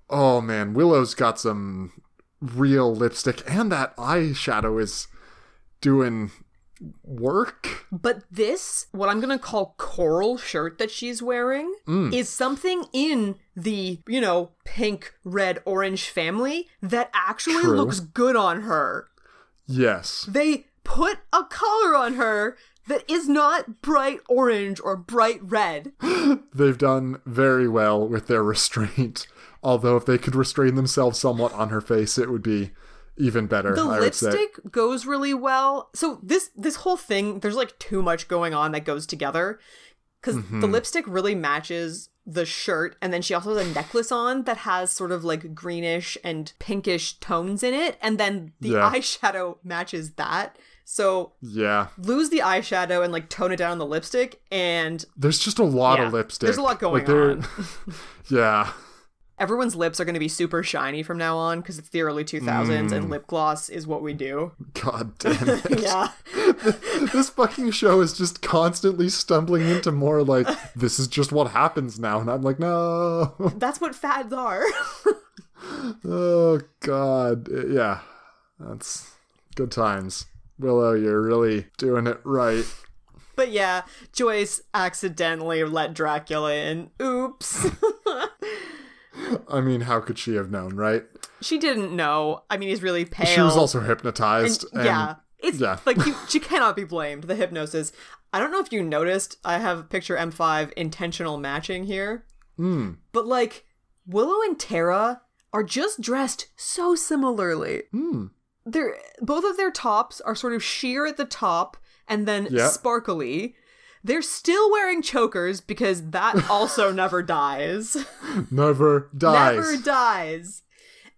Speaker 2: Oh, man. Willow's got some real lipstick, and that eyeshadow is doing work.
Speaker 1: But this, what I'm gonna call coral shirt that she's wearing, is something in the, you know, pink, red, orange family that actually
Speaker 2: True.
Speaker 1: looks good on her.
Speaker 2: Yes.
Speaker 1: They put a color on her that is not bright orange or bright red.
Speaker 2: They've done very well with their restraint. Although, if they could restrain themselves somewhat on her face, it would be even better,
Speaker 1: the
Speaker 2: I would say.
Speaker 1: lipstick goes really well so this this whole thing there's like too much going on that goes together because
Speaker 2: Mm-hmm.
Speaker 1: the lipstick really matches the shirt and then she also has a necklace on that has sort of like greenish and pinkish tones in it and then the
Speaker 2: Yeah.
Speaker 1: eyeshadow matches that so
Speaker 2: Yeah.
Speaker 1: lose the eyeshadow and like tone it down on the lipstick and
Speaker 2: There's just a lot
Speaker 1: Yeah.
Speaker 2: of lipstick.
Speaker 1: There's a lot going
Speaker 2: they're-
Speaker 1: on.
Speaker 2: yeah.
Speaker 1: everyone's lips are going to be super shiny from now on because it's the early 2000s
Speaker 2: Mm.
Speaker 1: and lip gloss is what we do
Speaker 2: God damn it.
Speaker 1: yeah
Speaker 2: this fucking show is just constantly stumbling into more like this is just what happens now and i'm like no
Speaker 1: that's what fads are
Speaker 2: oh god yeah that's good times willow you're really doing it right
Speaker 1: But yeah, Joyce accidentally let Dracula in. Oops.
Speaker 2: i mean how could she have known right
Speaker 1: she didn't know. I mean, he's really pale.
Speaker 2: she was also hypnotized and,
Speaker 1: yeah. It's
Speaker 2: yeah.
Speaker 1: like you, she cannot be blamed. The hypnosis. I don't know if you noticed. I have picture M5 intentional matching here.
Speaker 2: Hmm.
Speaker 1: But like Willow and Tara are just dressed so similarly.
Speaker 2: Hmm.
Speaker 1: They're both of their tops are sort of sheer at the top and then
Speaker 2: Yeah.
Speaker 1: sparkly. They're still wearing chokers because that also never dies.
Speaker 2: never dies
Speaker 1: Never dies.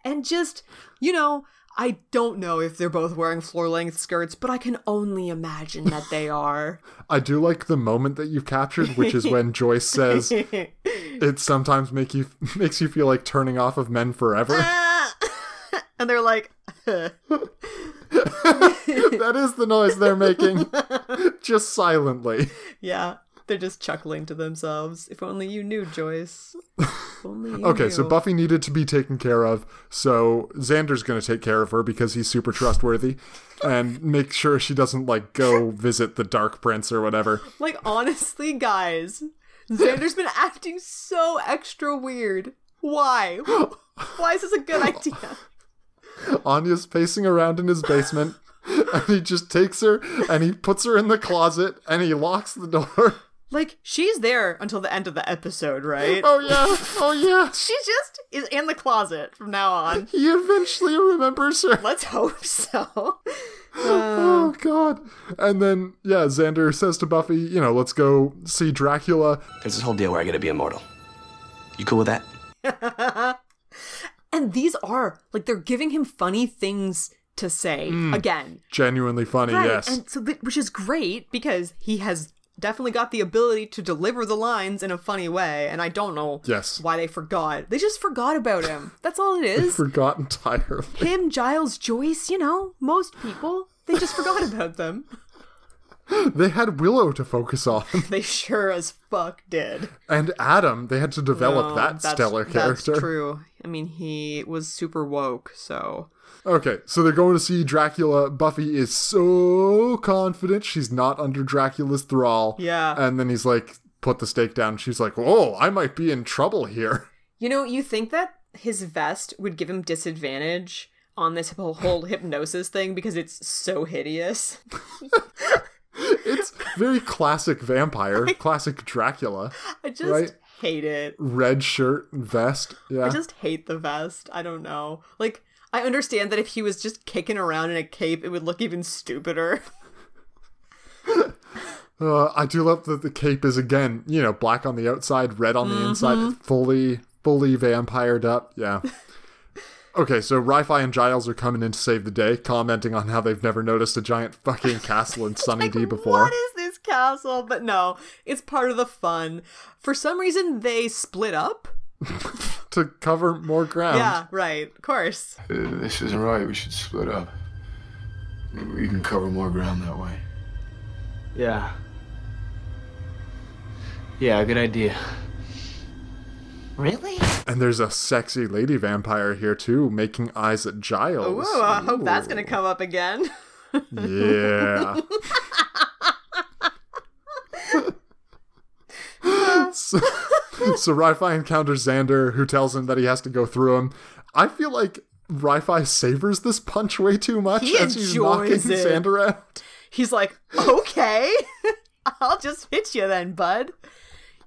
Speaker 1: And just, you know, I don't know if they're both wearing floor length skirts, but I can only imagine that they are.
Speaker 2: i do like the moment that you've captured which is when joyce says it sometimes make you makes you feel like turning off of men forever
Speaker 1: Ah! and they're like,
Speaker 2: that is the noise they're making just silently
Speaker 1: yeah, they're just chuckling to themselves. If only you knew, Joyce. If only you
Speaker 2: Okay, so
Speaker 1: knew.
Speaker 2: Buffy needed to be taken care of, so Xander's going to take care of her because he's super trustworthy and make sure she doesn't, like, go visit the Dark Prince or whatever.
Speaker 1: Like, honestly, guys, Xander's been acting so extra weird. Why? Why is this a good idea?
Speaker 2: Anya's pacing around in his basement, and he just takes her and he puts her in the closet and he locks the door.
Speaker 1: Like, she's there until the end of the episode, right?
Speaker 2: Oh yeah, oh yeah.
Speaker 1: She just is in the closet from now on.
Speaker 2: He eventually remembers her.
Speaker 1: Let's hope so. Uh.
Speaker 2: Oh god. And then yeah, Xander says to Buffy, you know, let's go see Dracula.
Speaker 5: There's this whole deal where I gotta be immortal. You cool with that?
Speaker 1: And these are, like, they're giving him funny things to say again.
Speaker 2: Genuinely funny,
Speaker 1: Right,
Speaker 2: Mm. yes.
Speaker 1: And so, th- which is great because he has definitely got the ability to deliver the lines in a funny way. And I don't know
Speaker 2: Yes.
Speaker 1: why they forgot. They just forgot about him. That's all it is.
Speaker 2: Forgot entirely.
Speaker 1: him, Giles, Joyce, you know, most people, they just forgot about them.
Speaker 2: They had Willow to focus on.
Speaker 1: They sure as fuck did.
Speaker 2: And Adam, they had to develop
Speaker 1: Oh,
Speaker 2: that
Speaker 1: that's-
Speaker 2: stellar character.
Speaker 1: That's true. I mean, he was super woke, so
Speaker 2: Okay, so they're going to see Dracula. Buffy is so confident she's not under Dracula's thrall.
Speaker 1: Yeah.
Speaker 2: And then he's like, put the stake down. She's like, whoa, I might be in trouble here.
Speaker 1: You know, you think that his vest would give him disadvantage on this whole, whole hypnosis thing because it's so hideous.
Speaker 2: It's very classic vampire, classic Dracula.
Speaker 1: I just
Speaker 2: Right.
Speaker 1: hate it.
Speaker 2: Red shirt, vest. Yeah.
Speaker 1: I just hate the vest. I don't know. Like, I understand that if he was just kicking around in a cape, it would look even stupider.
Speaker 2: Uh, I do love that the cape is again, you know, black on the outside, red
Speaker 1: Mm-hmm.
Speaker 2: on the inside, fully, fully vampired up. Yeah. okay, so Wi-Fi and Giles are coming in to save the day, commenting on how they've never noticed a giant fucking castle in Sunny D before.
Speaker 1: What is this castle? But no, it's part of the fun. For some reason, they split up.
Speaker 2: to cover more ground.
Speaker 1: Yeah, right. Of course.
Speaker 6: This isn't right. We should split up. We can cover more ground that way.
Speaker 8: Yeah. Yeah, good idea. Really?
Speaker 2: And there's a sexy lady vampire here too, making eyes at Giles.
Speaker 1: Ooh, Oh, I hope that's going to come up again.
Speaker 2: Yeah. so, so Ri-Fi encounters Xander, who tells him that he has to go through him. I feel like Ri-Fi savors this punch way too much
Speaker 1: He
Speaker 2: as he's knocking
Speaker 1: enjoys it.
Speaker 2: Xander out.
Speaker 1: he's like, okay, I'll just hit you then, bud.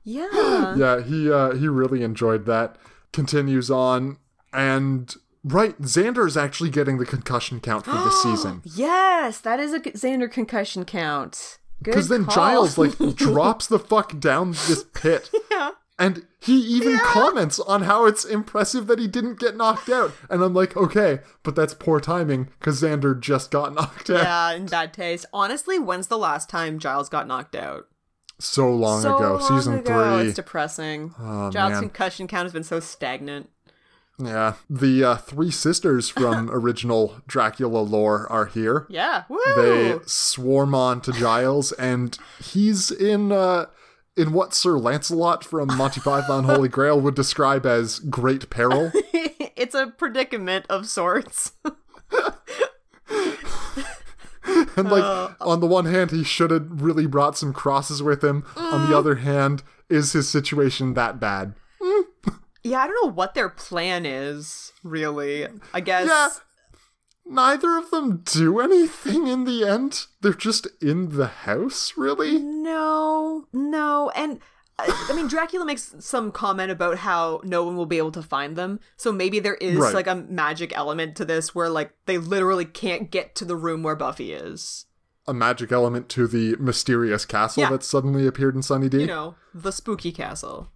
Speaker 1: Yeah.
Speaker 2: Yeah, he uh, he really enjoyed that. Continues on, and right, Xander's actually getting the concussion count for this season.
Speaker 1: Yes, that is a good- Xander concussion count. Good
Speaker 2: Because then
Speaker 1: call.
Speaker 2: Giles like drops the fuck down this pit.
Speaker 1: Yeah.
Speaker 2: And he even comments on how it's impressive that he didn't get knocked out. And I'm like, okay, but that's poor timing because Xander just got knocked out
Speaker 1: Yeah, in bad taste. Honestly, when's the last time Giles got knocked out?
Speaker 2: so long
Speaker 1: so
Speaker 2: ago.
Speaker 1: long
Speaker 2: season
Speaker 1: ago.
Speaker 2: three. Oh,
Speaker 1: It's depressing. Giles'
Speaker 2: man.
Speaker 1: concussion count has been so stagnant.
Speaker 2: yeah. The uh, three sisters from original Dracula lore are here.
Speaker 1: Yeah. Woo!
Speaker 2: They swarm on to Giles, and he's in. Uh, in what Sir Lancelot from Monty Python Holy Grail would describe as great peril.
Speaker 1: it's a predicament of sorts.
Speaker 2: And like
Speaker 1: Oh.
Speaker 2: on the one hand, he should have really brought some crosses with him. On
Speaker 1: Mm.
Speaker 2: the other hand, is his situation that bad?
Speaker 1: yeah, I don't know what their plan is, really. I guess.
Speaker 2: Yeah. Neither of them do anything in the end. They're just in the house, really.
Speaker 1: No, no, and uh, I, I mean Dracula makes some comment about how no one will be able to find them. So maybe there is
Speaker 2: Right.
Speaker 1: like a magic element to this where like they literally can't get to the room where Buffy is.
Speaker 2: A magic element to the mysterious castle
Speaker 1: Yeah.
Speaker 2: that suddenly appeared in Sunny D.
Speaker 1: You know, the spooky castle,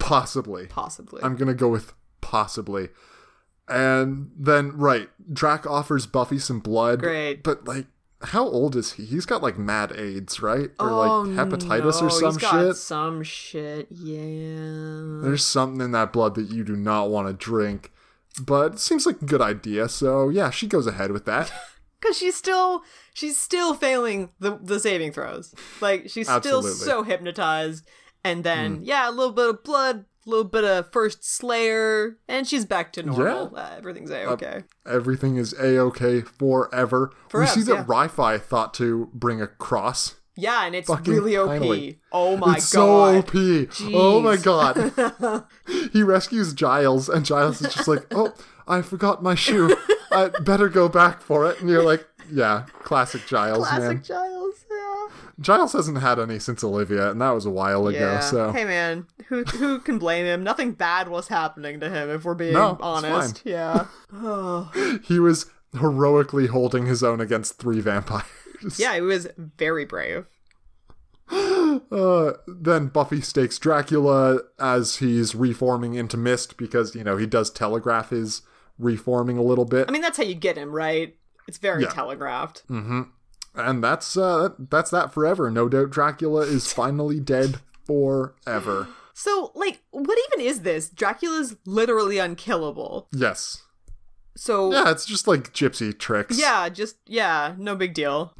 Speaker 2: Possibly.
Speaker 1: possibly.
Speaker 2: I'm gonna go with possibly. And then right, Drac offers Buffy some blood.
Speaker 1: Great.
Speaker 2: But like, how old is he? He's got like mad AIDS, right? Or
Speaker 1: Oh,
Speaker 2: like hepatitis
Speaker 1: no,
Speaker 2: or some
Speaker 1: he's got
Speaker 2: shit.
Speaker 1: Some shit, yeah.
Speaker 2: There's something in that blood that you do not want to drink. But it seems like a good idea, so yeah, she goes ahead with that.
Speaker 1: Because she's still she's still failing the the saving throws. Like she's still
Speaker 2: Absolutely. Hmm.
Speaker 1: so hypnotized. And then yeah, a little bit of blood, a little bit of first slayer, and she's back to normal. Uh, everything's a okay.
Speaker 2: Everything is a okay forever.
Speaker 1: Forever,
Speaker 2: we see
Speaker 1: yeah.
Speaker 2: that Ri-Fi thought to bring a cross
Speaker 1: Yeah, and it's
Speaker 2: Fucking
Speaker 1: really OP.
Speaker 2: finally.
Speaker 1: Oh my
Speaker 2: it's
Speaker 1: god.
Speaker 2: so OP. Oh my
Speaker 1: Jeez.
Speaker 2: god. he rescues Giles, and Giles is just like, oh, I forgot my shoe. I better go back for it. And you're like, yeah, classic Giles,
Speaker 1: Classic
Speaker 2: man.
Speaker 1: Giles. Yeah.
Speaker 2: Giles hasn't had any since Olivia, and that was a while ago.
Speaker 1: yeah.
Speaker 2: So
Speaker 1: Hey man, who who can blame him? Nothing bad was happening to him if we're being
Speaker 2: No, it's
Speaker 1: honest.
Speaker 2: fine.
Speaker 1: Yeah.
Speaker 2: he was heroically holding his own against three vampires.
Speaker 1: Yeah, he was very brave.
Speaker 2: Uh, then Buffy stakes Dracula as he's reforming into mist because you know he does telegraph his reforming a little bit,
Speaker 1: I mean, that's how you get him, right? It's very
Speaker 2: Yeah.
Speaker 1: telegraphed.
Speaker 2: and that's uh that's that forever. No doubt Dracula is finally dead forever.
Speaker 1: So, like, what even is this? Dracula's literally unkillable.
Speaker 2: Yes,
Speaker 1: So,
Speaker 2: yeah, it's just like gypsy tricks.
Speaker 1: yeah, just yeah, no big deal.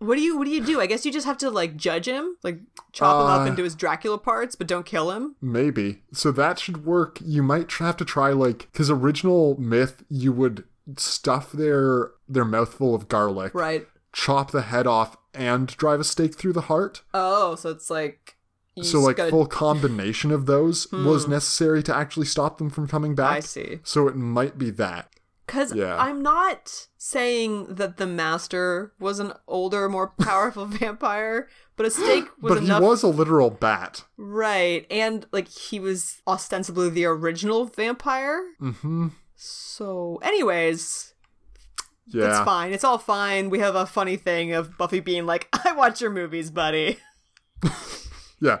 Speaker 1: What do you what do you do? I guess you just have to like judge him, like chop him
Speaker 2: Uh,
Speaker 1: up into his Dracula parts, but don't kill him.
Speaker 2: Maybe. So that should work. You might tr- have to try like his original myth. You would stuff their their mouthful of garlic,
Speaker 1: Right.
Speaker 2: chop the head off, and drive a stake through the heart.
Speaker 1: Oh, so it's like you
Speaker 2: so
Speaker 1: just
Speaker 2: like
Speaker 1: gotta-
Speaker 2: full combination of those was necessary to actually stop them from coming back.
Speaker 1: I see.
Speaker 2: So it might be that.
Speaker 1: Because
Speaker 2: Yeah.
Speaker 1: I'm not saying that the master was an older, more powerful vampire, but a stake was
Speaker 2: but
Speaker 1: enough.
Speaker 2: he was a literal bat.
Speaker 1: Right. And, like, he was ostensibly the original vampire. Mm hmm.
Speaker 2: Mm-hmm.
Speaker 1: So, anyways,
Speaker 2: Yeah.
Speaker 1: it's fine. It's all fine. We have a funny thing of Buffy being like, I watch your movies, buddy.
Speaker 2: Yeah.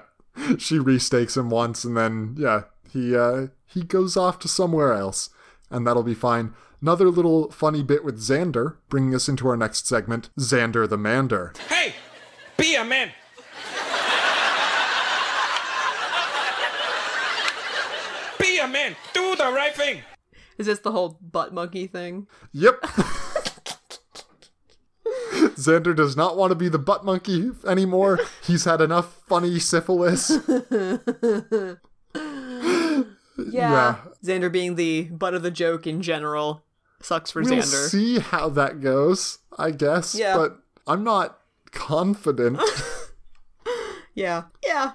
Speaker 2: She restakes him once and then yeah, he uh he goes off to somewhere else and that'll be fine. Another little funny bit with Xander, bringing us into our next segment, Xander the Mander.
Speaker 9: Hey, be a man. Be a man. Do the right thing.
Speaker 1: Is this the whole butt monkey thing?
Speaker 2: Yep. Xander does not want to be the butt monkey anymore. He's had enough funny syphilis. Yeah.
Speaker 1: Xander being the butt of the joke in general sucks for
Speaker 2: We'll
Speaker 1: Xander.
Speaker 2: see how that goes, I guess.
Speaker 1: Yeah.
Speaker 2: But I'm not confident.
Speaker 1: Yeah. Yeah.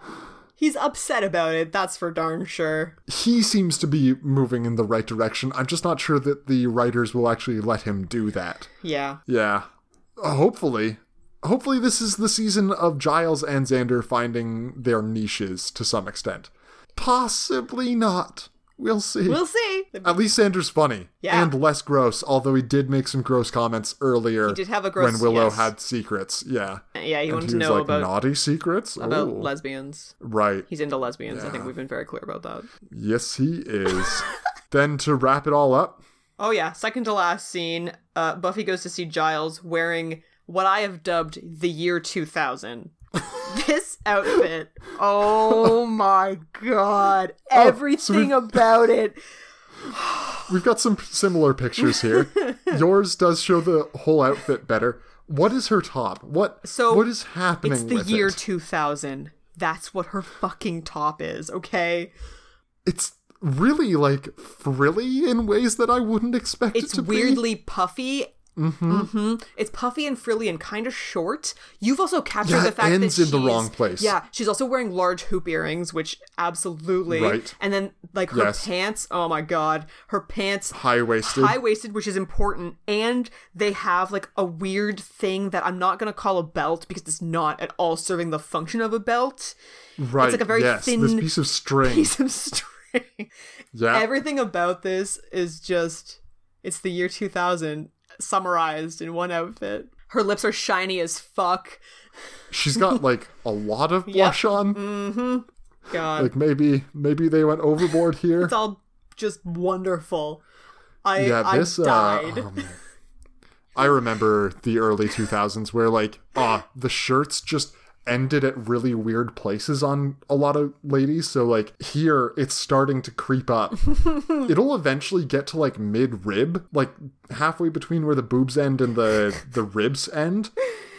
Speaker 1: He's upset about it, that's for darn sure.
Speaker 2: he seems to be moving in the right direction. I'm just not sure that the writers will actually let him do that.
Speaker 1: Yeah.
Speaker 2: Yeah. Uh, Hopefully. Hopefully, this is the season of Giles and Xander finding their niches to some extent. Possibly not. We'll see.
Speaker 1: We'll see.
Speaker 2: At least Xander's funny
Speaker 1: Yeah.
Speaker 2: and less gross, although he did make some gross comments earlier. He
Speaker 1: did have a gross-
Speaker 2: when Willow
Speaker 1: yes.
Speaker 2: had secrets. Yeah,
Speaker 1: Yeah, he
Speaker 2: and
Speaker 1: wanted
Speaker 2: he
Speaker 1: to
Speaker 2: was
Speaker 1: know
Speaker 2: like
Speaker 1: about
Speaker 2: naughty secrets
Speaker 1: about
Speaker 2: Ooh.
Speaker 1: lesbians.
Speaker 2: Right.
Speaker 1: He's into lesbians. I think we've been very clear about that.
Speaker 2: Yes, he is. then to wrap it all up,
Speaker 1: Oh yeah, second to last scene, uh, Buffy goes to see Giles wearing what I have dubbed the year 2000. this outfit. Oh my god.
Speaker 2: Oh,
Speaker 1: Everything about it.
Speaker 2: we've got some similar pictures here. Yours does show the whole outfit better. What is her top? What
Speaker 1: So,
Speaker 2: what is happening?
Speaker 1: It's the
Speaker 2: with
Speaker 1: year
Speaker 2: it?
Speaker 1: 2000. That's what her fucking top is, okay?
Speaker 2: it's really like frilly in ways that I wouldn't expect
Speaker 1: It's
Speaker 2: it to be.
Speaker 1: weirdly puffy. Mm-hmm. It's puffy and frilly and kind of short. You've also captured
Speaker 2: Yeah,
Speaker 1: the
Speaker 2: it
Speaker 1: fact
Speaker 2: ends
Speaker 1: that
Speaker 2: in the
Speaker 1: she's-
Speaker 2: wrong place.
Speaker 1: Yeah, she's also wearing large hoop earrings, which absolutely.
Speaker 2: Right.
Speaker 1: And then like her
Speaker 2: Yes.
Speaker 1: pants. Oh my god, her pants.
Speaker 2: High waisted.
Speaker 1: High waisted, which is important, and they have like a weird thing that I'm not gonna call a belt because it's not at all serving the function of a belt.
Speaker 2: right.
Speaker 1: like a very
Speaker 2: yes,
Speaker 1: thin
Speaker 2: this piece of string.
Speaker 1: Piece of string.
Speaker 2: yeah.
Speaker 1: Everything about this is just it's the year 2000 summarized in one outfit. Her lips are shiny as fuck.
Speaker 2: She's got like a lot of blush on.
Speaker 1: Mm. God,
Speaker 2: Like maybe maybe they went overboard here.
Speaker 1: it's all just wonderful. I
Speaker 2: yeah,
Speaker 1: I
Speaker 2: this. uh,
Speaker 1: died.
Speaker 2: oh, man. I remember the early 2000s where like ah the shirts just ended at really weird places on a lot of ladies. So like here it's starting to creep up. It'll eventually get to like mid rib, like halfway between where the boobs end and the the ribs end.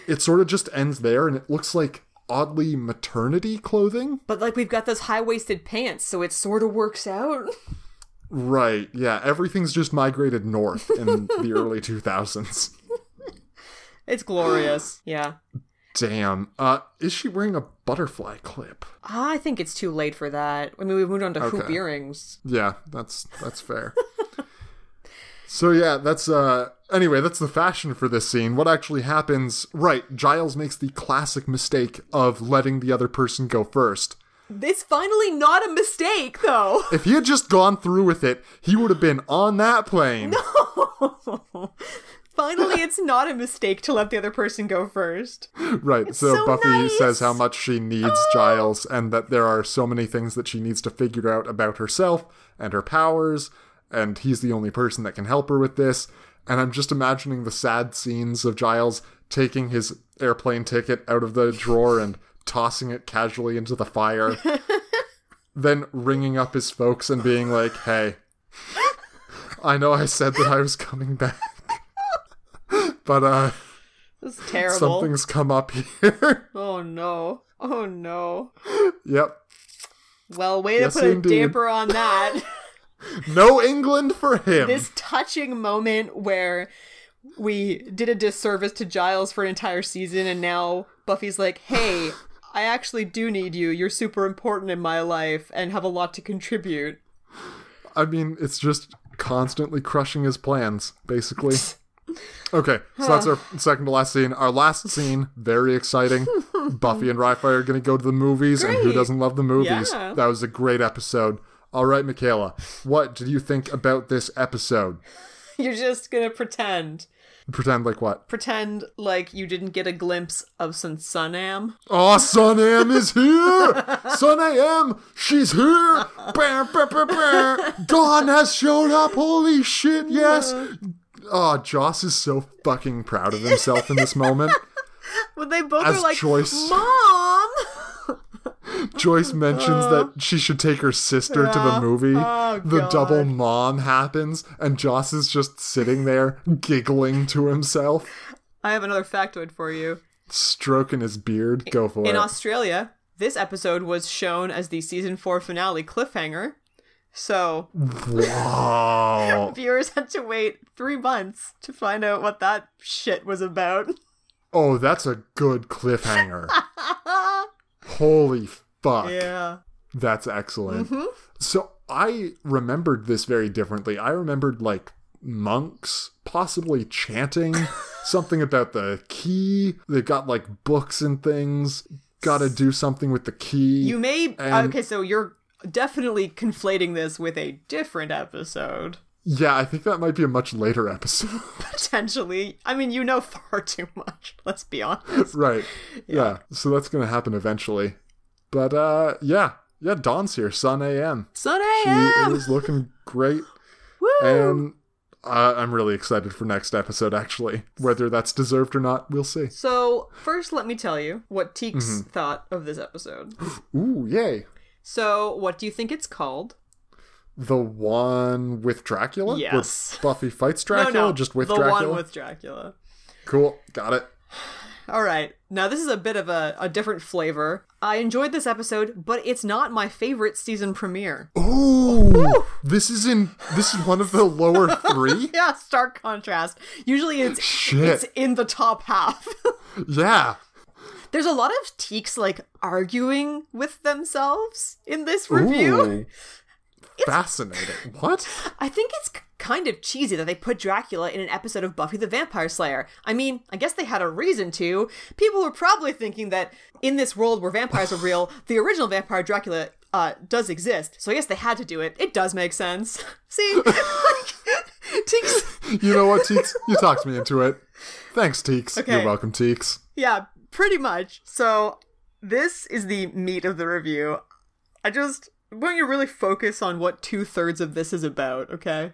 Speaker 2: It sort of just ends there, and it looks like oddly maternity clothing.
Speaker 1: but like we've got those high-waisted pants, so it sort of works out.
Speaker 2: Right. Yeah. Everything's just migrated north in the early 2000s.
Speaker 1: It's glorious. Yeah.
Speaker 2: Damn. Uh, is she wearing a butterfly clip?
Speaker 1: Ah, I think it's too late for that. I mean, we've moved on to hoop
Speaker 2: Okay.
Speaker 1: earrings.
Speaker 2: Yeah, that's that's fair. so yeah, that's uh anyway, that's the fashion for this scene. What actually happens, right, Giles makes the classic mistake of letting the other person go first.
Speaker 1: It's finally not a mistake, though.
Speaker 2: If he had just gone through with it, he would have been on that plane.
Speaker 1: finally, it's not a mistake to let the other person go first.
Speaker 2: Right. so,
Speaker 1: so
Speaker 2: Buffy
Speaker 1: nice.
Speaker 2: says how much she needs Giles and that there are so many things that she needs to figure out about herself and her powers, and he's the only person that can help her with this. And I'm just imagining the sad scenes of Giles taking his airplane ticket out of the drawer and tossing it casually into the fire, then ringing up his folks and being like, hey, I know I said that I was coming back, but uh,
Speaker 1: This is terrible.
Speaker 2: something's come up here.
Speaker 1: Oh no. Oh no.
Speaker 2: Yep.
Speaker 1: Well, way
Speaker 2: Yes,
Speaker 1: to put
Speaker 2: indeed.
Speaker 1: a damper on that.
Speaker 2: No England for him.
Speaker 1: this touching moment where we did a disservice to Giles for an entire season, and now Buffy's like, hey, I actually do need you. You're super important in my life and have a lot to contribute.
Speaker 2: I mean, it's just constantly crushing his plans, basically. Okay, so that's our second to last scene. Our last scene, very exciting. Buffy and Rifire are going to go to the movies, and who
Speaker 1: Great.
Speaker 2: doesn't love the movies?
Speaker 1: Yeah.
Speaker 2: That was a great episode. All right, Michaela, what did you think about this episode?
Speaker 1: You're just gonna pretend.
Speaker 2: Pretend like what?
Speaker 1: Pretend like you didn't get a glimpse of some Sunam.
Speaker 2: Oh, Sun Am is here! Sun Am, she's here! Bam, bam, bam, bam. Dawn has shown up! Holy shit, yes! Oh, Joss is so fucking proud of himself in this moment.
Speaker 1: Well, they both
Speaker 2: As
Speaker 1: are like,
Speaker 2: choice.
Speaker 1: Mom!
Speaker 2: Joyce mentions that she should take her sister to the movie. the
Speaker 1: God.
Speaker 2: double mom happens, and Joss is just sitting there giggling to himself,
Speaker 1: I have another factoid for you.
Speaker 2: stroking his beard. Go for
Speaker 1: In
Speaker 2: it.
Speaker 1: Australia, this episode was shown as the season four finale cliffhanger. So
Speaker 2: wow.
Speaker 1: viewers had to wait three months to find out what that shit was about.
Speaker 2: Oh, that's a good cliffhanger. Holy fuck.
Speaker 1: Yeah. Mm-hmm.
Speaker 2: That's excellent. So I remembered this very differently. I remembered like monks possibly chanting something about the key. They've got like books and things. Got to do something with the key.
Speaker 1: You may.
Speaker 2: And-
Speaker 1: okay, so you're definitely conflating this with a different episode.
Speaker 2: yeah, I think that might be a much later episode.
Speaker 1: Potentially. I mean, you know far too much, let's be honest.
Speaker 2: right. Yeah. So that's going to happen eventually. But uh yeah. Yeah, Dawn's here, Sun AM.
Speaker 1: Sun
Speaker 2: She
Speaker 1: AM!
Speaker 2: is looking great.
Speaker 1: Woo!
Speaker 2: And uh, I'm really excited for next episode, actually. Whether that's deserved or not, we'll see.
Speaker 1: So, first, let me tell you what Teeks
Speaker 2: Mm-hmm.
Speaker 1: thought of this episode.
Speaker 2: Ooh, yay.
Speaker 1: So, what do you think it's called?
Speaker 2: The one with Dracula?
Speaker 1: Yes.
Speaker 2: Where Buffy fights Dracula?
Speaker 1: no, no,
Speaker 2: Just with
Speaker 1: the
Speaker 2: Dracula?
Speaker 1: one with Dracula.
Speaker 2: Cool. Got it.
Speaker 1: All right, now this is a bit of a, a different flavor. I enjoyed this episode, but it's not my favorite season premiere.
Speaker 2: Ooh! This is in this is one of the lower three?
Speaker 1: Yeah, stark contrast. Usually, it's
Speaker 2: Shit.
Speaker 1: it's in the top half.
Speaker 2: yeah.
Speaker 1: There's a lot of teeks like arguing with themselves in this review.
Speaker 2: Ooh. Fascinating. What?
Speaker 1: I think it's k- kind of cheesy that they put Dracula in an episode of Buffy the Vampire Slayer. I mean, I guess they had a reason to. People were probably thinking that in this world where vampires are real, the original vampire Dracula uh, does exist. So I guess they had to do it. It does make sense. See, like, Teeks,
Speaker 2: You know what, Teeks? You talked me into it. Thanks, Teeks.
Speaker 1: Okay.
Speaker 2: You're welcome, Teeks.
Speaker 1: yeah, pretty much. So this is the meat of the review. I just want you to really focus on what two thirds of this is about. Okay.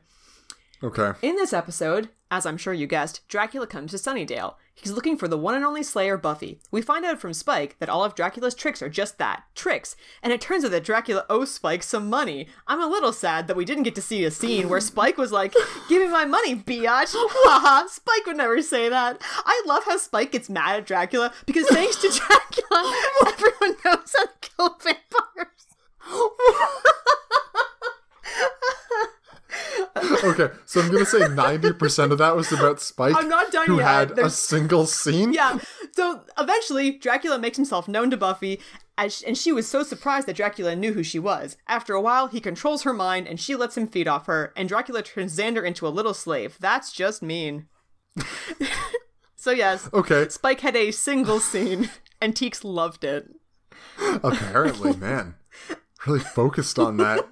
Speaker 2: Okay.
Speaker 1: In this episode, as I'm sure you guessed, Dracula comes to Sunnydale. He's looking for the one and only Slayer Buffy. We find out from Spike that all of Dracula's tricks are just that tricks, and it turns out that Dracula owes Spike some money. I'm a little sad that we didn't get to see a scene where Spike was like, Give me my money, biatch! Haha, Spike would never say that. I love how Spike gets mad at Dracula because thanks to Dracula, everyone knows how to kill vampires.
Speaker 2: Okay, so I'm gonna say 90% of that was about Spike,
Speaker 1: I'm not done
Speaker 2: who
Speaker 1: yet.
Speaker 2: had a
Speaker 1: There's-
Speaker 2: single scene.
Speaker 1: Yeah. So eventually, Dracula makes himself known to Buffy, as and she was so surprised that Dracula knew who she was. After a while, he controls her mind, and she lets him feed off her, and Dracula turns Xander into a little slave. That's just mean. so, yes,
Speaker 2: Okay,
Speaker 1: Spike had a single scene, and Teeks loved it.
Speaker 2: apparently, man, really focused on that.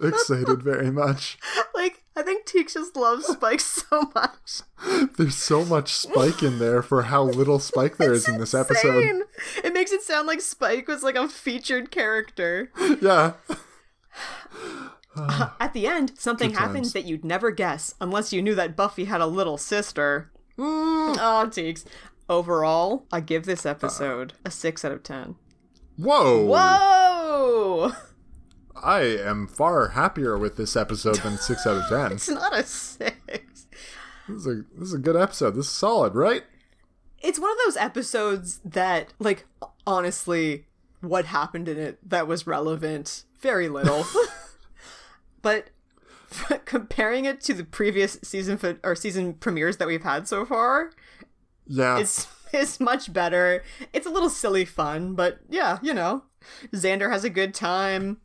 Speaker 2: Excited very much.
Speaker 1: Like, I think Teeks just loves Spike so much.
Speaker 2: There's so much Spike in there for how little Spike there is in this episode.
Speaker 1: Insane. It makes it sound like Spike was like a featured character.
Speaker 2: Yeah.
Speaker 1: At the end, something happens that you'd never guess unless you knew that Buffy had a little sister. Oh, Teeks. Overall, I give this episode a 6 out of 10.
Speaker 2: Whoa.
Speaker 1: Whoa!
Speaker 2: I am far happier with this episode than 6 out of 10.
Speaker 1: It's not a 6.
Speaker 2: This is a, this is a good episode. This is solid, right?
Speaker 1: It's one of those episodes that, like, honestly, what happened in it that was relevant? Very little. but comparing it to the previous season fi- or season premieres that we've had so far,
Speaker 2: Yeah.
Speaker 1: is is much better. It's a little silly fun, but yeah, you know, Xander has a good time.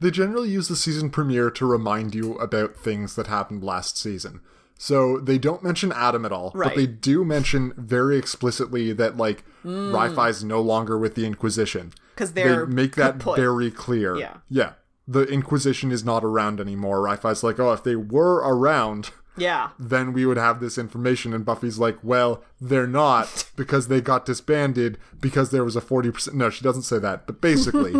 Speaker 2: They generally use the season premiere to remind you about things that happened last season. So they don't mention Adam at all,
Speaker 1: Right.
Speaker 2: but they do mention very explicitly that like Ri-Fi's no longer with the Inquisition.
Speaker 1: Hmm. 'Cause
Speaker 2: they
Speaker 1: they're
Speaker 2: make that
Speaker 1: kaput.
Speaker 2: very clear.
Speaker 1: Yeah.
Speaker 2: Yeah. The Inquisition is not around anymore. Ri-Fi's like, oh, if they were around,
Speaker 1: Yeah,
Speaker 2: then we would have this information. And Buffy's like, well, they're not because they got disbanded because there was a 40%. No, she doesn't say that, but basically.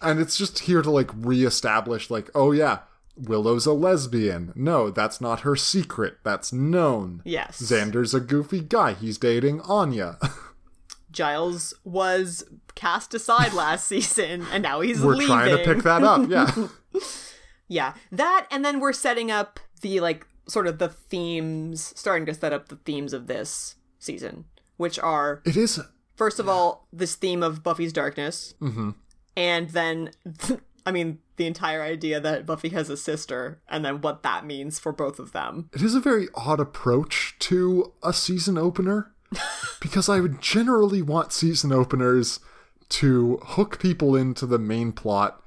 Speaker 2: and it's just here to like reestablish, like, oh yeah, Willow's a lesbian. No, that's not her secret. That's known.
Speaker 1: Yes.
Speaker 2: Xander's a goofy guy. He's dating Anya.
Speaker 1: Giles was cast aside last season, and now he's
Speaker 2: We're
Speaker 1: leaving.
Speaker 2: trying to pick that up. Yeah.
Speaker 1: Yeah, that, and then we're setting up the like sort of the themes, starting to set up the themes of this season, which are
Speaker 2: it is.
Speaker 1: first of all this theme of Buffy's darkness, mm-hmm. and then I mean the entire idea that Buffy has a sister, and then what that means for both of them.
Speaker 2: It is a very odd approach to a season opener because I would generally want season openers to hook people into the main plot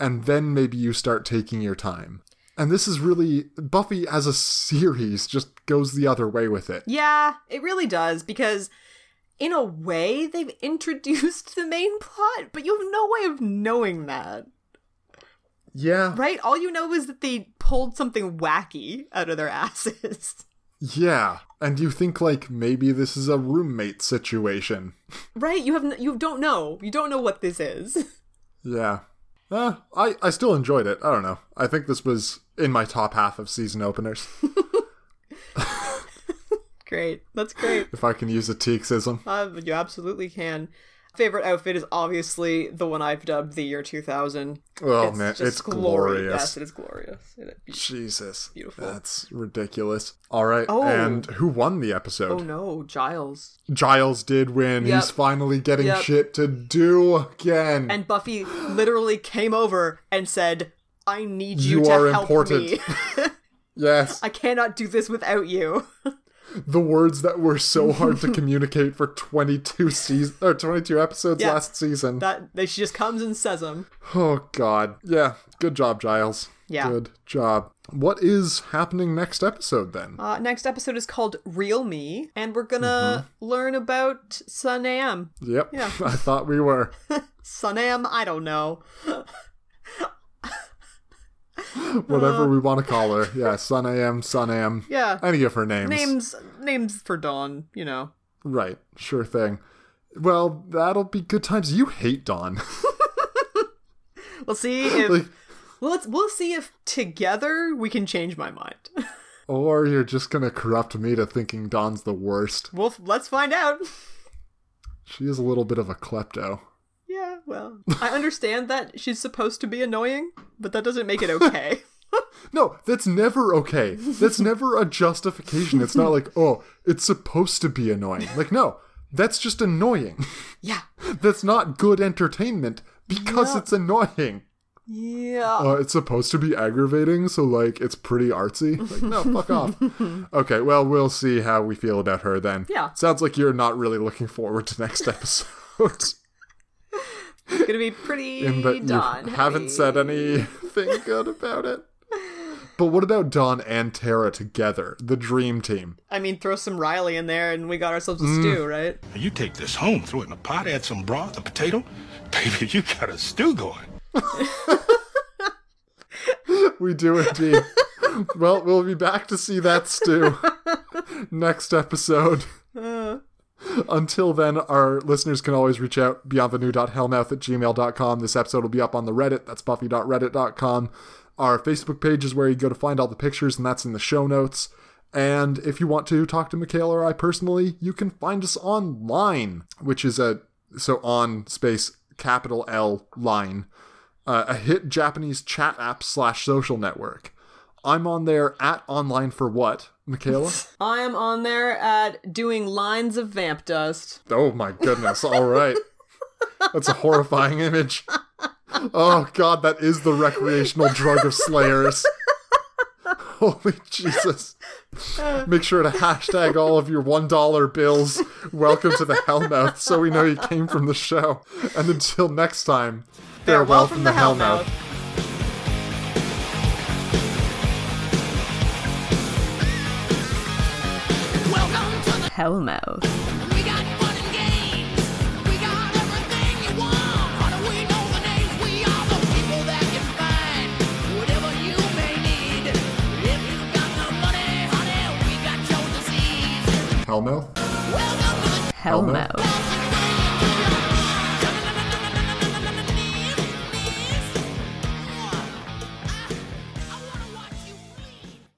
Speaker 2: and then maybe you start taking your time. And this is really Buffy as a series just goes the other way with it.
Speaker 1: Yeah, it really does because in a way they've introduced the main plot, but you have no way of knowing that.
Speaker 2: Yeah.
Speaker 1: Right? All you know is that they pulled something wacky out of their asses.
Speaker 2: Yeah. And you think like maybe this is a roommate situation.
Speaker 1: Right? You have n- you don't know. You don't know what this is.
Speaker 2: Yeah. Eh, I, I still enjoyed it. I don't know. I think this was in my top half of season openers,
Speaker 1: Great. That's great.
Speaker 2: if I can use a teaksism.
Speaker 1: Uh, but you absolutely can. Favorite outfit is obviously the one I've dubbed the year 2000.
Speaker 2: Oh man,
Speaker 1: just
Speaker 2: it's
Speaker 1: glori-
Speaker 2: glorious.
Speaker 1: Yes, it is glorious. It-
Speaker 2: Jesus.
Speaker 1: Beautiful.
Speaker 2: That's ridiculous. All right.
Speaker 1: Oh.
Speaker 2: And who won the episode?
Speaker 1: oh no, Giles.
Speaker 2: Giles did win.
Speaker 1: Yep.
Speaker 2: He's finally getting
Speaker 1: Yep.
Speaker 2: shit to do again.
Speaker 1: and Buffy literally came over and said, "I need you,
Speaker 2: You
Speaker 1: to
Speaker 2: are
Speaker 1: help
Speaker 2: important.
Speaker 1: me.
Speaker 2: yes.
Speaker 1: I cannot do this without you."
Speaker 2: the words that were so hard to communicate for 22 seasons or 22 episodes
Speaker 1: Yeah.
Speaker 2: last season.
Speaker 1: That, that she just comes and says them.
Speaker 2: oh god. Yeah. Good job, Giles.
Speaker 1: Yeah.
Speaker 2: Good job. What is happening next episode then?
Speaker 1: Uh, next episode is called "Real Me," and we're gonna
Speaker 2: Mm-hmm.
Speaker 1: learn about Sunam.
Speaker 2: yep.
Speaker 1: yeah.
Speaker 2: I thought we were.
Speaker 1: Sunam, I don't know.
Speaker 2: Whatever we want to call her. Yeah, Sun AM, Sun AM.
Speaker 1: Yeah.
Speaker 2: Any of her names.
Speaker 1: Names, names for Dawn. You know.
Speaker 2: Right, sure thing. Well, that'll be good times. You hate Dawn.
Speaker 1: We'll see if
Speaker 2: like,
Speaker 1: well, let's we'll see if together we can change my mind.
Speaker 2: or you're just gonna corrupt me to thinking Dawn's the worst.
Speaker 1: we'll let's find out.
Speaker 2: She is a little bit of a klepto.
Speaker 1: Yeah, well, I understand that she's supposed to be annoying, but that doesn't make it okay.
Speaker 2: No, that's never okay. That's never a justification. It's not like, oh, it's supposed to be annoying. Like, no, that's just annoying.
Speaker 1: yeah.
Speaker 2: That's not good entertainment because it's annoying.
Speaker 1: Yeah.
Speaker 2: Uh, it's supposed to be aggravating, so like it's pretty artsy. Like, no, fuck off. Okay, well, we'll see how we feel about her then.
Speaker 1: Yeah.
Speaker 2: Sounds like you're not really looking forward to next episode.
Speaker 1: It's gonna be pretty
Speaker 2: in that you
Speaker 1: Dawn.
Speaker 2: haven't said anything good about it. But what about Don and Tara together, the dream team?
Speaker 1: I mean, throw some Riley in there, and we got ourselves
Speaker 2: Mm.
Speaker 1: a stew, right?
Speaker 10: You take this home, throw it in a pot, add some broth, a potato. Baby, you got a stew going.
Speaker 2: We do indeed. well, we'll be back to see that stew next episode. Until then, our listeners can always reach out beyondthenew.hellmouth at gmail.com. This episode will be up on the Reddit. That's buffy.reddit.com. Our Facebook page is where you go to find all the pictures, and that's in the show notes. And if you want to talk to Mikhail or I personally, you can find us online, which is a so on space capital L line uh, a hit Japanese chat app slash social network. I'm on there at online for what, Michaela?
Speaker 1: I am on there at doing lines of vamp dust.
Speaker 2: oh my goodness! All right, that's a horrifying image. Oh god, that is the recreational drug of slayers. Holy Jesus! Make sure to hashtag all of your one dollar bills. Welcome to the Hellmouth, so we know you came from the show. And until next time, farewell,
Speaker 1: Hellmouth.
Speaker 3: Welcome to the
Speaker 1: Hellmouth.
Speaker 3: We got fun and games. We got everything you want. How do we know the names? We are the people that can find whatever you may need. If you got no money, honey, we got your disease.
Speaker 2: Hellmouth.
Speaker 3: Welcome to the
Speaker 2: Hellmouth.
Speaker 3: Welcome